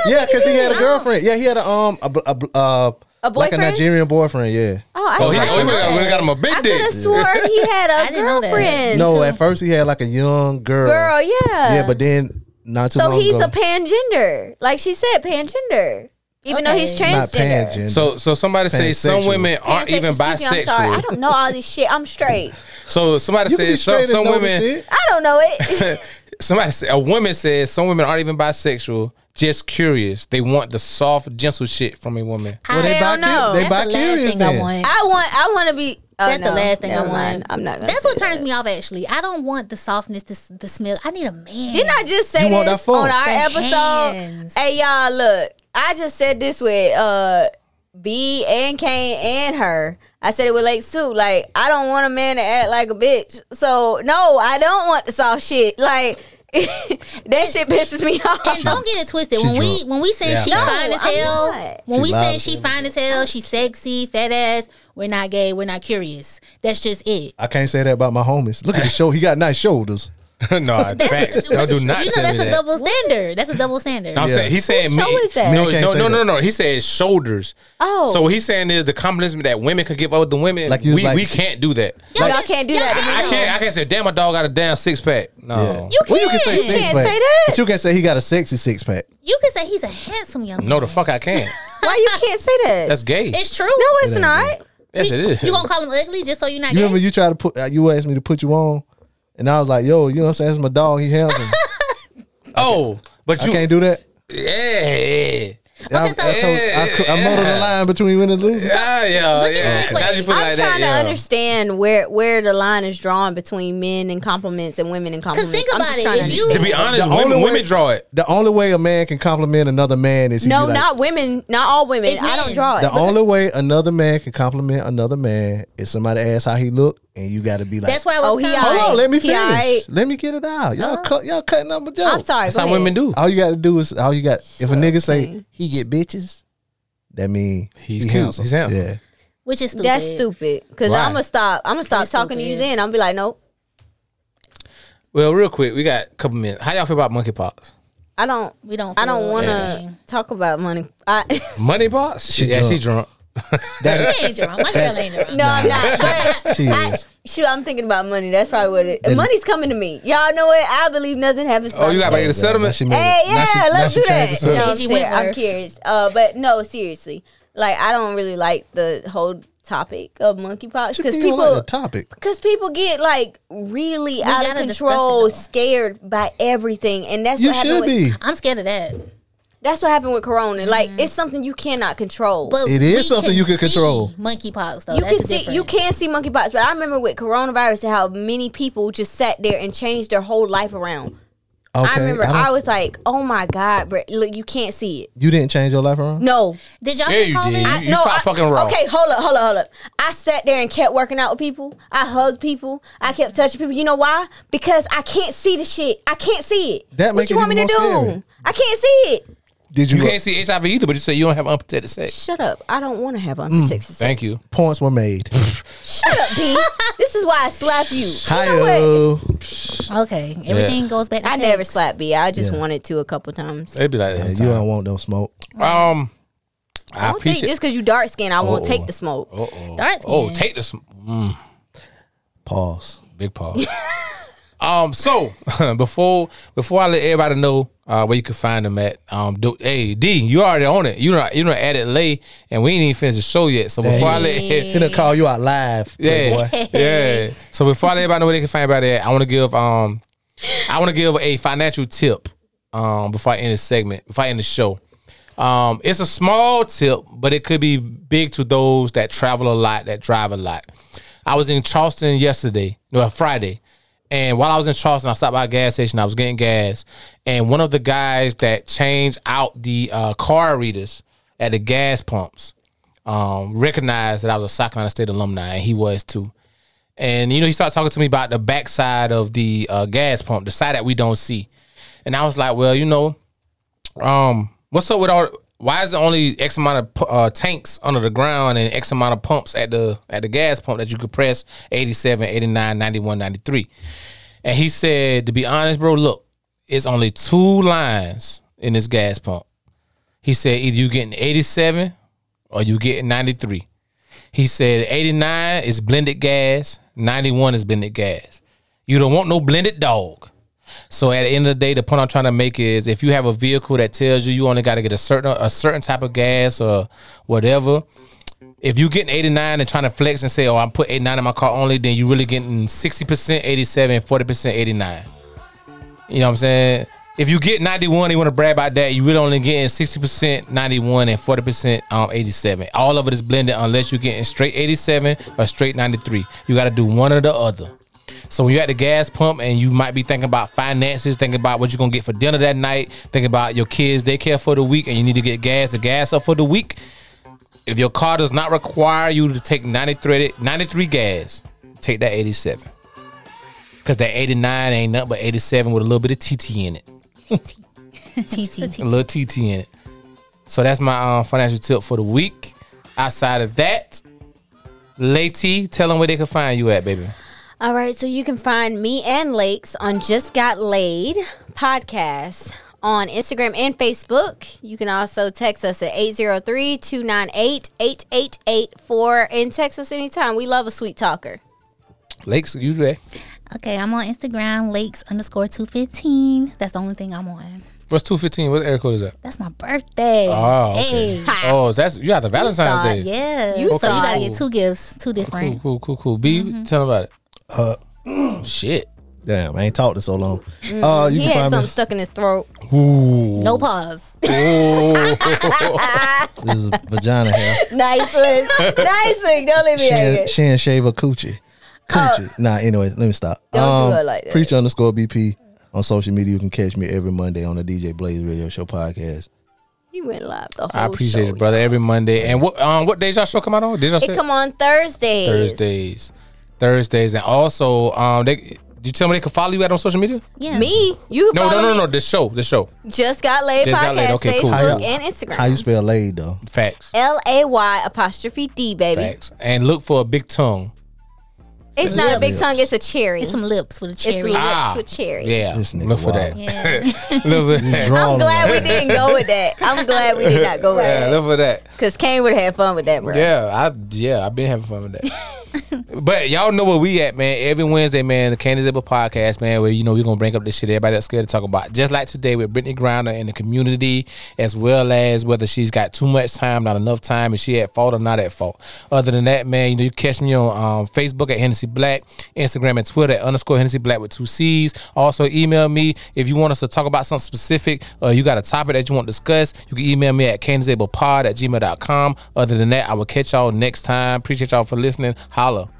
Speaker 4: yeah, because he had a girlfriend. Yeah, he had a um a, b- a, b- uh,
Speaker 2: A
Speaker 4: like a
Speaker 2: boyfriend?
Speaker 4: Nigerian boyfriend. Yeah.
Speaker 2: Oh, I,
Speaker 1: Oh, he,
Speaker 2: I,
Speaker 1: oh,
Speaker 3: know
Speaker 1: we got- we
Speaker 3: that.
Speaker 1: got him a big
Speaker 2: could
Speaker 1: dick.
Speaker 2: have sworn he had
Speaker 3: I
Speaker 2: a
Speaker 3: didn't know that.
Speaker 2: girlfriend.
Speaker 4: No, at first he had like a young girl.
Speaker 2: girl, yeah,
Speaker 4: Yeah, but then not too
Speaker 2: so
Speaker 4: long
Speaker 2: he's
Speaker 4: ago.
Speaker 2: a pangender, like she said, pangender. Even though he's
Speaker 3: Okay.
Speaker 4: not
Speaker 2: transgender.
Speaker 4: pangender.
Speaker 1: So, so somebody say some
Speaker 4: Pansexual.
Speaker 1: women aren't even
Speaker 2: Pansexual, excuse me, I'm sorry. I
Speaker 1: bisexual.
Speaker 2: don't know all this shit. I'm straight.
Speaker 1: So somebody
Speaker 4: you can be
Speaker 1: says some,
Speaker 4: straight
Speaker 1: some
Speaker 4: and know
Speaker 1: women.
Speaker 4: this shit.
Speaker 2: I don't know it.
Speaker 1: Somebody say, a woman says some women aren't even bisexual. Just curious. They want the soft, gentle shit from a woman.
Speaker 4: Well, they
Speaker 2: Hell
Speaker 4: bi-
Speaker 2: no.
Speaker 4: they
Speaker 3: That's the last
Speaker 4: bi-curious
Speaker 3: thing I
Speaker 4: then.
Speaker 3: want.
Speaker 2: I want. I want to be. oh,
Speaker 3: That's the
Speaker 2: no,
Speaker 3: last thing I
Speaker 2: never
Speaker 3: want.
Speaker 2: mind. I'm not. Gonna
Speaker 3: That's what
Speaker 2: say
Speaker 3: turns
Speaker 2: that.
Speaker 3: me off. Actually, I don't want the softness, the s- the smell. I need a man.
Speaker 2: Didn't I just say
Speaker 4: You want
Speaker 2: this
Speaker 4: that
Speaker 2: on
Speaker 4: funk.
Speaker 2: our
Speaker 3: The
Speaker 2: episode?
Speaker 3: hands.
Speaker 2: Hey y'all, look, I just said this with uh B and Kane and her. I said it with Lake Sue. Like, I don't want a man to act like a bitch. So no, I don't want the soft shit. Like that shit pisses me off.
Speaker 3: And don't get it twisted.
Speaker 4: She
Speaker 3: when we
Speaker 4: drunk.
Speaker 3: when we say
Speaker 1: Yeah.
Speaker 3: she
Speaker 1: No,
Speaker 3: fine as
Speaker 2: I'm
Speaker 3: hell,
Speaker 2: not.
Speaker 3: when
Speaker 4: She
Speaker 3: we
Speaker 4: lied
Speaker 3: say
Speaker 4: as
Speaker 3: she fine as hell, she sexy, fat ass. We're not gay. We're not curious. That's just it.
Speaker 4: I can't say that about my homies. Look at the show. He got nice shoulders.
Speaker 1: no, facts. Don't do not tell
Speaker 3: You know
Speaker 1: me
Speaker 3: that's a
Speaker 1: that.
Speaker 3: double standard. That's a double standard.
Speaker 1: I'm
Speaker 4: Yeah.
Speaker 1: saying he said
Speaker 2: What show is that?
Speaker 1: No,
Speaker 4: Man can't
Speaker 1: no,
Speaker 4: say
Speaker 1: no, no,
Speaker 4: that.
Speaker 1: no. He said shoulders.
Speaker 2: Oh.
Speaker 1: so what he's saying is the compliments that women could give other women.
Speaker 4: Like you was
Speaker 1: we
Speaker 4: like-
Speaker 1: we can't do that.
Speaker 2: Y'all can't do
Speaker 3: y'all
Speaker 2: that to me.
Speaker 1: I
Speaker 3: can't.
Speaker 1: can't. I can't say damn. My dog got a damn six pack. No,
Speaker 3: You
Speaker 4: well, you can say
Speaker 3: can.
Speaker 4: six
Speaker 2: You
Speaker 4: pack.
Speaker 2: can't say that.
Speaker 4: But you can say he got a sexy six pack.
Speaker 3: You can say he's a handsome young man.
Speaker 1: no, the fuck I can't.
Speaker 2: Why you can't say that?
Speaker 1: That's gay.
Speaker 3: It's true.
Speaker 2: no, it's not.
Speaker 1: yes, it is.
Speaker 3: You gonna call him ugly just so you're not
Speaker 4: You
Speaker 3: gay?
Speaker 4: remember you tried to put uh, you asked me to put you on, and I was like, "Yo, you know what I'm saying? It's my dog. He handsome.
Speaker 1: oh, but
Speaker 4: I
Speaker 1: you
Speaker 4: can't do that."
Speaker 1: yeah.
Speaker 4: And I,
Speaker 3: Okay, so-
Speaker 4: I, told, I, cr- I
Speaker 1: Yeah.
Speaker 4: modeled the line between win and lose.
Speaker 1: Yeah, Ah, yeah,
Speaker 3: look at it
Speaker 1: yeah.
Speaker 3: this
Speaker 1: Now
Speaker 3: way.
Speaker 1: you put it
Speaker 2: I'm trying
Speaker 1: like that,
Speaker 2: to
Speaker 1: yeah.
Speaker 2: understand where where the line is drawn between men and compliments and women and
Speaker 3: Because
Speaker 2: compliments.
Speaker 3: think
Speaker 2: I'm
Speaker 3: about
Speaker 2: just
Speaker 3: it.
Speaker 2: trying
Speaker 3: If
Speaker 2: to-
Speaker 3: you
Speaker 1: To be honest,
Speaker 4: The only
Speaker 1: women,
Speaker 4: way-
Speaker 1: women draw it.
Speaker 4: The only way a man can compliment another man is he
Speaker 2: no,
Speaker 4: be like,
Speaker 2: not women, not all women.
Speaker 3: It's
Speaker 2: I don't
Speaker 3: men.
Speaker 2: draw it.
Speaker 4: The only way another man can compliment another man is somebody asks how he look, and you got to be like,
Speaker 3: that's why I was
Speaker 2: Oh, he
Speaker 3: telling
Speaker 2: all
Speaker 4: Hold
Speaker 2: right.
Speaker 4: on, let me
Speaker 2: He
Speaker 4: finish.
Speaker 2: alright.
Speaker 4: Let me get it out. Y'all cut. Y'all cutting up a joke.
Speaker 2: I'm sorry.
Speaker 1: That's
Speaker 2: go
Speaker 1: how
Speaker 2: ahead.
Speaker 1: women do.
Speaker 4: All you got to do is all you got. If a nigga say he get bitches, that mean
Speaker 1: He's
Speaker 4: he
Speaker 1: cute. He's handsome.
Speaker 4: Yeah.
Speaker 3: which is stupid.
Speaker 2: That's stupid. Because
Speaker 1: Why?
Speaker 2: I'm gonna stop. I'm gonna stop
Speaker 3: That's
Speaker 2: talking to you.
Speaker 3: stupid.
Speaker 2: Then I'm be like, nope.
Speaker 1: Well, real quick, we got a couple minutes. How y'all feel about monkeypox?
Speaker 2: I don't.
Speaker 3: We don't.
Speaker 2: I don't
Speaker 3: feel
Speaker 2: want
Speaker 3: anything.
Speaker 2: to talk about money. I,
Speaker 1: Moneypox?
Speaker 4: She
Speaker 1: yeah, she drunk.
Speaker 4: That,
Speaker 3: She ain't drunk. My girl ain't drunk.
Speaker 2: no, I'm not. But
Speaker 4: she is.
Speaker 2: shoot, I'm thinking about money. That's probably what it. Money's coming to me. Y'all know it. I believe nothing happens.
Speaker 1: Oh, you
Speaker 2: without
Speaker 1: got to get a
Speaker 4: Now
Speaker 1: settlement?
Speaker 4: she made it.
Speaker 2: Hey,
Speaker 4: Now
Speaker 2: yeah,
Speaker 4: she- now
Speaker 2: let's
Speaker 4: she
Speaker 2: do
Speaker 4: changed the
Speaker 2: that.
Speaker 4: subject.
Speaker 2: No, I'm,
Speaker 3: Gigi
Speaker 2: serious. I'm
Speaker 3: Whitmer.
Speaker 2: curious. Uh, but no, seriously. Like, I don't really like the whole topic of monkeypox because
Speaker 4: You don't like
Speaker 2: people,
Speaker 4: the topic.
Speaker 2: because people get like really out of
Speaker 3: gotta discuss it,
Speaker 2: control,
Speaker 3: though.
Speaker 2: scared by everything, and that's
Speaker 4: You
Speaker 2: what happened.
Speaker 4: should
Speaker 2: With,
Speaker 4: be.
Speaker 3: I'm scared of that.
Speaker 2: That's what happened with Corona. Like, it's something you cannot control.
Speaker 3: Mm-hmm. But
Speaker 4: It is
Speaker 3: we
Speaker 4: something you can
Speaker 3: see
Speaker 4: control.
Speaker 3: Monkeypox though.
Speaker 2: you
Speaker 3: That's
Speaker 2: can
Speaker 3: the
Speaker 2: see you
Speaker 3: difference.
Speaker 2: can see monkeypox, but I remember with coronavirus and how many people just sat there and changed their whole life around.
Speaker 4: Okay.
Speaker 2: I remember
Speaker 4: don't-
Speaker 2: I, was like, "Oh my god, bro, look, you can't see it."
Speaker 4: You didn't change your life around.
Speaker 2: No,
Speaker 3: Did y'all
Speaker 1: Yeah,
Speaker 3: get
Speaker 1: you did.
Speaker 3: COVID?
Speaker 1: You- you fi- fucking wrong.
Speaker 2: Okay, hold up, hold up, hold up. I sat there and kept working out with people. I hugged people. I kept touching people. You know why? Because I can't see the shit. I can't see it.
Speaker 4: That
Speaker 2: what
Speaker 4: make
Speaker 2: you
Speaker 4: it
Speaker 2: want me to
Speaker 4: even
Speaker 2: do?
Speaker 4: more scary.
Speaker 2: I can't see it.
Speaker 4: Did you?
Speaker 1: You can't see HIV either, but you say you don't have unprotected sex.
Speaker 2: Shut up. I don't want to
Speaker 4: Mm.
Speaker 2: have unprotected sex.
Speaker 1: Thank you.
Speaker 4: points were made.
Speaker 2: Shut up, B. this is why I slap you. You know what?
Speaker 4: Hi.
Speaker 3: Okay, everything goes back. To
Speaker 2: I
Speaker 3: sex.
Speaker 2: never slapped B. I just
Speaker 4: Yeah.
Speaker 2: wanted to a couple times.
Speaker 1: They'd be like,
Speaker 4: You don't want no smoke.
Speaker 1: um,
Speaker 2: I
Speaker 1: I
Speaker 2: don't think
Speaker 1: appreciate.
Speaker 2: just because you dark skin, I won't
Speaker 1: Oh.
Speaker 2: take the smoke.
Speaker 3: Dark skin.
Speaker 1: oh, take this
Speaker 4: Pause.
Speaker 1: big pause. um, so before before I let everybody know uh, where you can find them at, um, do, hey D, you already on it. You know, you know, at it late, and we ain't even finished the show yet. So before I let
Speaker 4: He done call you out live.
Speaker 1: Yeah,
Speaker 4: Yeah.
Speaker 1: yeah. So before I let everybody know where they can find everybody at, I want to give um, I want to give a financial tip um before I end this segment, before I end the show. Um, it's a small tip, but it could be big to those that travel a lot, that drive a lot. I was in Charleston yesterday, no, Friday, and while I was in Charleston, I stopped by a gas station. I was getting gas, and one of the guys that changed out the uh, car readers at the gas pumps um, recognized that I was a South Carolina State alumni, and he was too. And you know, he started talking to me about the backside of the uh, gas pump, the side that we don't see. And I was like, well, you know, um, what's up with all? Why is there only X amount of pu- uh, tanks under the ground and X amount of pumps at the at the gas pump that you could press 87, 89, 91, 93? And he said, to be honest, bro, look, it's only two lines in this gas pump. He said, either you getting 87 or you getting 93. He said 89 is blended gas, 91 is blended gas. You don't want no blended dog. So at the end of the day, the point I'm trying to make is if you have a vehicle that tells you you only got to get a certain a certain type of gas or whatever, if you getting 89 and trying to flex and say, "Oh, I'm putting 89 in my car only," then you really getting 60% 87, 40% 89. You know what I'm saying? If you get 91, you want to brag about that. You really only getting 60% 91 and 40% um, 87. All of it is blended unless you're getting straight 87 or straight 93. You got to do one or the other. So when you're at the gas pump and you might be thinking about finances, thinking about what you're gonna get for dinner that night, thinking about your kids daycare for the week, and you need to get gas to gas up for the week. If your car does not require you to take 93, 93 gas, take that 87. Cause that 89 ain't nothing but 87 with a little bit of TT in it.
Speaker 3: TT.
Speaker 1: A little TT in it. So that's my um, financial tip for the week. Outside of that, Lati, tell them where they can find you at, baby.
Speaker 2: All right, so you can find me and Lakes on Just Got Laid podcast on Instagram and Facebook. You can also text us at 803-298-8884 and text us anytime. We love a sweet talker.
Speaker 1: Lakes, you there?
Speaker 3: Okay, I'm on Instagram, lakes underscore 215. That's the only thing I'm on.
Speaker 1: What's 215? What area code is that?
Speaker 3: That's my birthday.
Speaker 1: Oh, okay.
Speaker 3: Hey.
Speaker 1: Oh, that's you got the Valentine's Day.
Speaker 3: Yeah.
Speaker 2: You
Speaker 3: so you
Speaker 2: thought-
Speaker 3: gotta get two gifts,
Speaker 1: Cool,
Speaker 3: two different.
Speaker 1: cool, cool, cool. B,
Speaker 2: Mm-hmm.
Speaker 1: tell them about it.
Speaker 4: Uh,
Speaker 1: Shit.
Speaker 4: Damn, I ain't talked in so long. Uh, you
Speaker 2: Mm, He
Speaker 4: can
Speaker 2: had
Speaker 4: find
Speaker 2: something stuck in his throat.
Speaker 1: Ooh.
Speaker 3: No pause.
Speaker 4: me. This is vagina hair.
Speaker 2: Nice one. nice one. Don't leave me
Speaker 4: She
Speaker 2: hanging.
Speaker 4: and, she and shave her coochie. Coochie. Nah, anyways, let me stop.
Speaker 2: Oh.
Speaker 4: Um,
Speaker 2: Don't do her like that.
Speaker 4: Preacher underscore BP on social media. You can catch me every Monday on the DJ Blaze Radio Show podcast.
Speaker 2: You went live the whole
Speaker 1: I appreciate
Speaker 2: show.
Speaker 1: it, brother. Every Monday. And what um what days y'all show come out on? Did y'all say
Speaker 2: It come on Thursdays.
Speaker 1: Thursdays? Thursdays. And also, um they did you tell me they can follow you out on social media?
Speaker 3: Yeah.
Speaker 2: Me, you
Speaker 1: No, no,
Speaker 2: follow
Speaker 1: no,
Speaker 2: me.
Speaker 1: no. The show. The show.
Speaker 2: Just got laid
Speaker 1: Just
Speaker 2: podcast,
Speaker 1: Got Laid. Okay, cool.
Speaker 2: Facebook,
Speaker 4: How you-
Speaker 2: and Instagram.
Speaker 4: How you spell laid though?
Speaker 1: Facts.
Speaker 2: L A Y apostrophe D, baby.
Speaker 1: Facts. And look for a big tongue.
Speaker 2: It's not a big tongue, it's a cherry.
Speaker 3: It's some lips with a
Speaker 2: It's
Speaker 3: cherry.
Speaker 2: lips
Speaker 1: Ah.
Speaker 2: with cherry.
Speaker 1: Yeah.
Speaker 4: This nigga
Speaker 1: Look for that.
Speaker 4: wild.
Speaker 1: Look for that.
Speaker 2: I'm
Speaker 4: Drawing
Speaker 2: glad we didn't go with that. I'm glad we did not go with
Speaker 1: Yeah,
Speaker 2: that.
Speaker 1: look for that.
Speaker 2: Because Kane would have had fun with that, bro.
Speaker 1: Yeah, I yeah, I've been having fun with that. but y'all know where we at, man. Every Wednesday, man, the Candace Able podcast, man, where you know we're gonna bring up this shit everybody that's scared to talk about. Just like today with Brittany Grinder and the community, as well as whether she's got too much time, not enough time, is she at fault or not at fault. Other than that, man, you know, you catch me on um, Facebook at Hennessy Black, Instagram and Twitter at underscore Hennessy Black with two C's. Also email me if you want us to talk about something specific or you got a topic that you want to discuss, you can email me at candaceablepod at gmail.com. Other than that, I will catch y'all next time. Appreciate y'all for listening. Holla.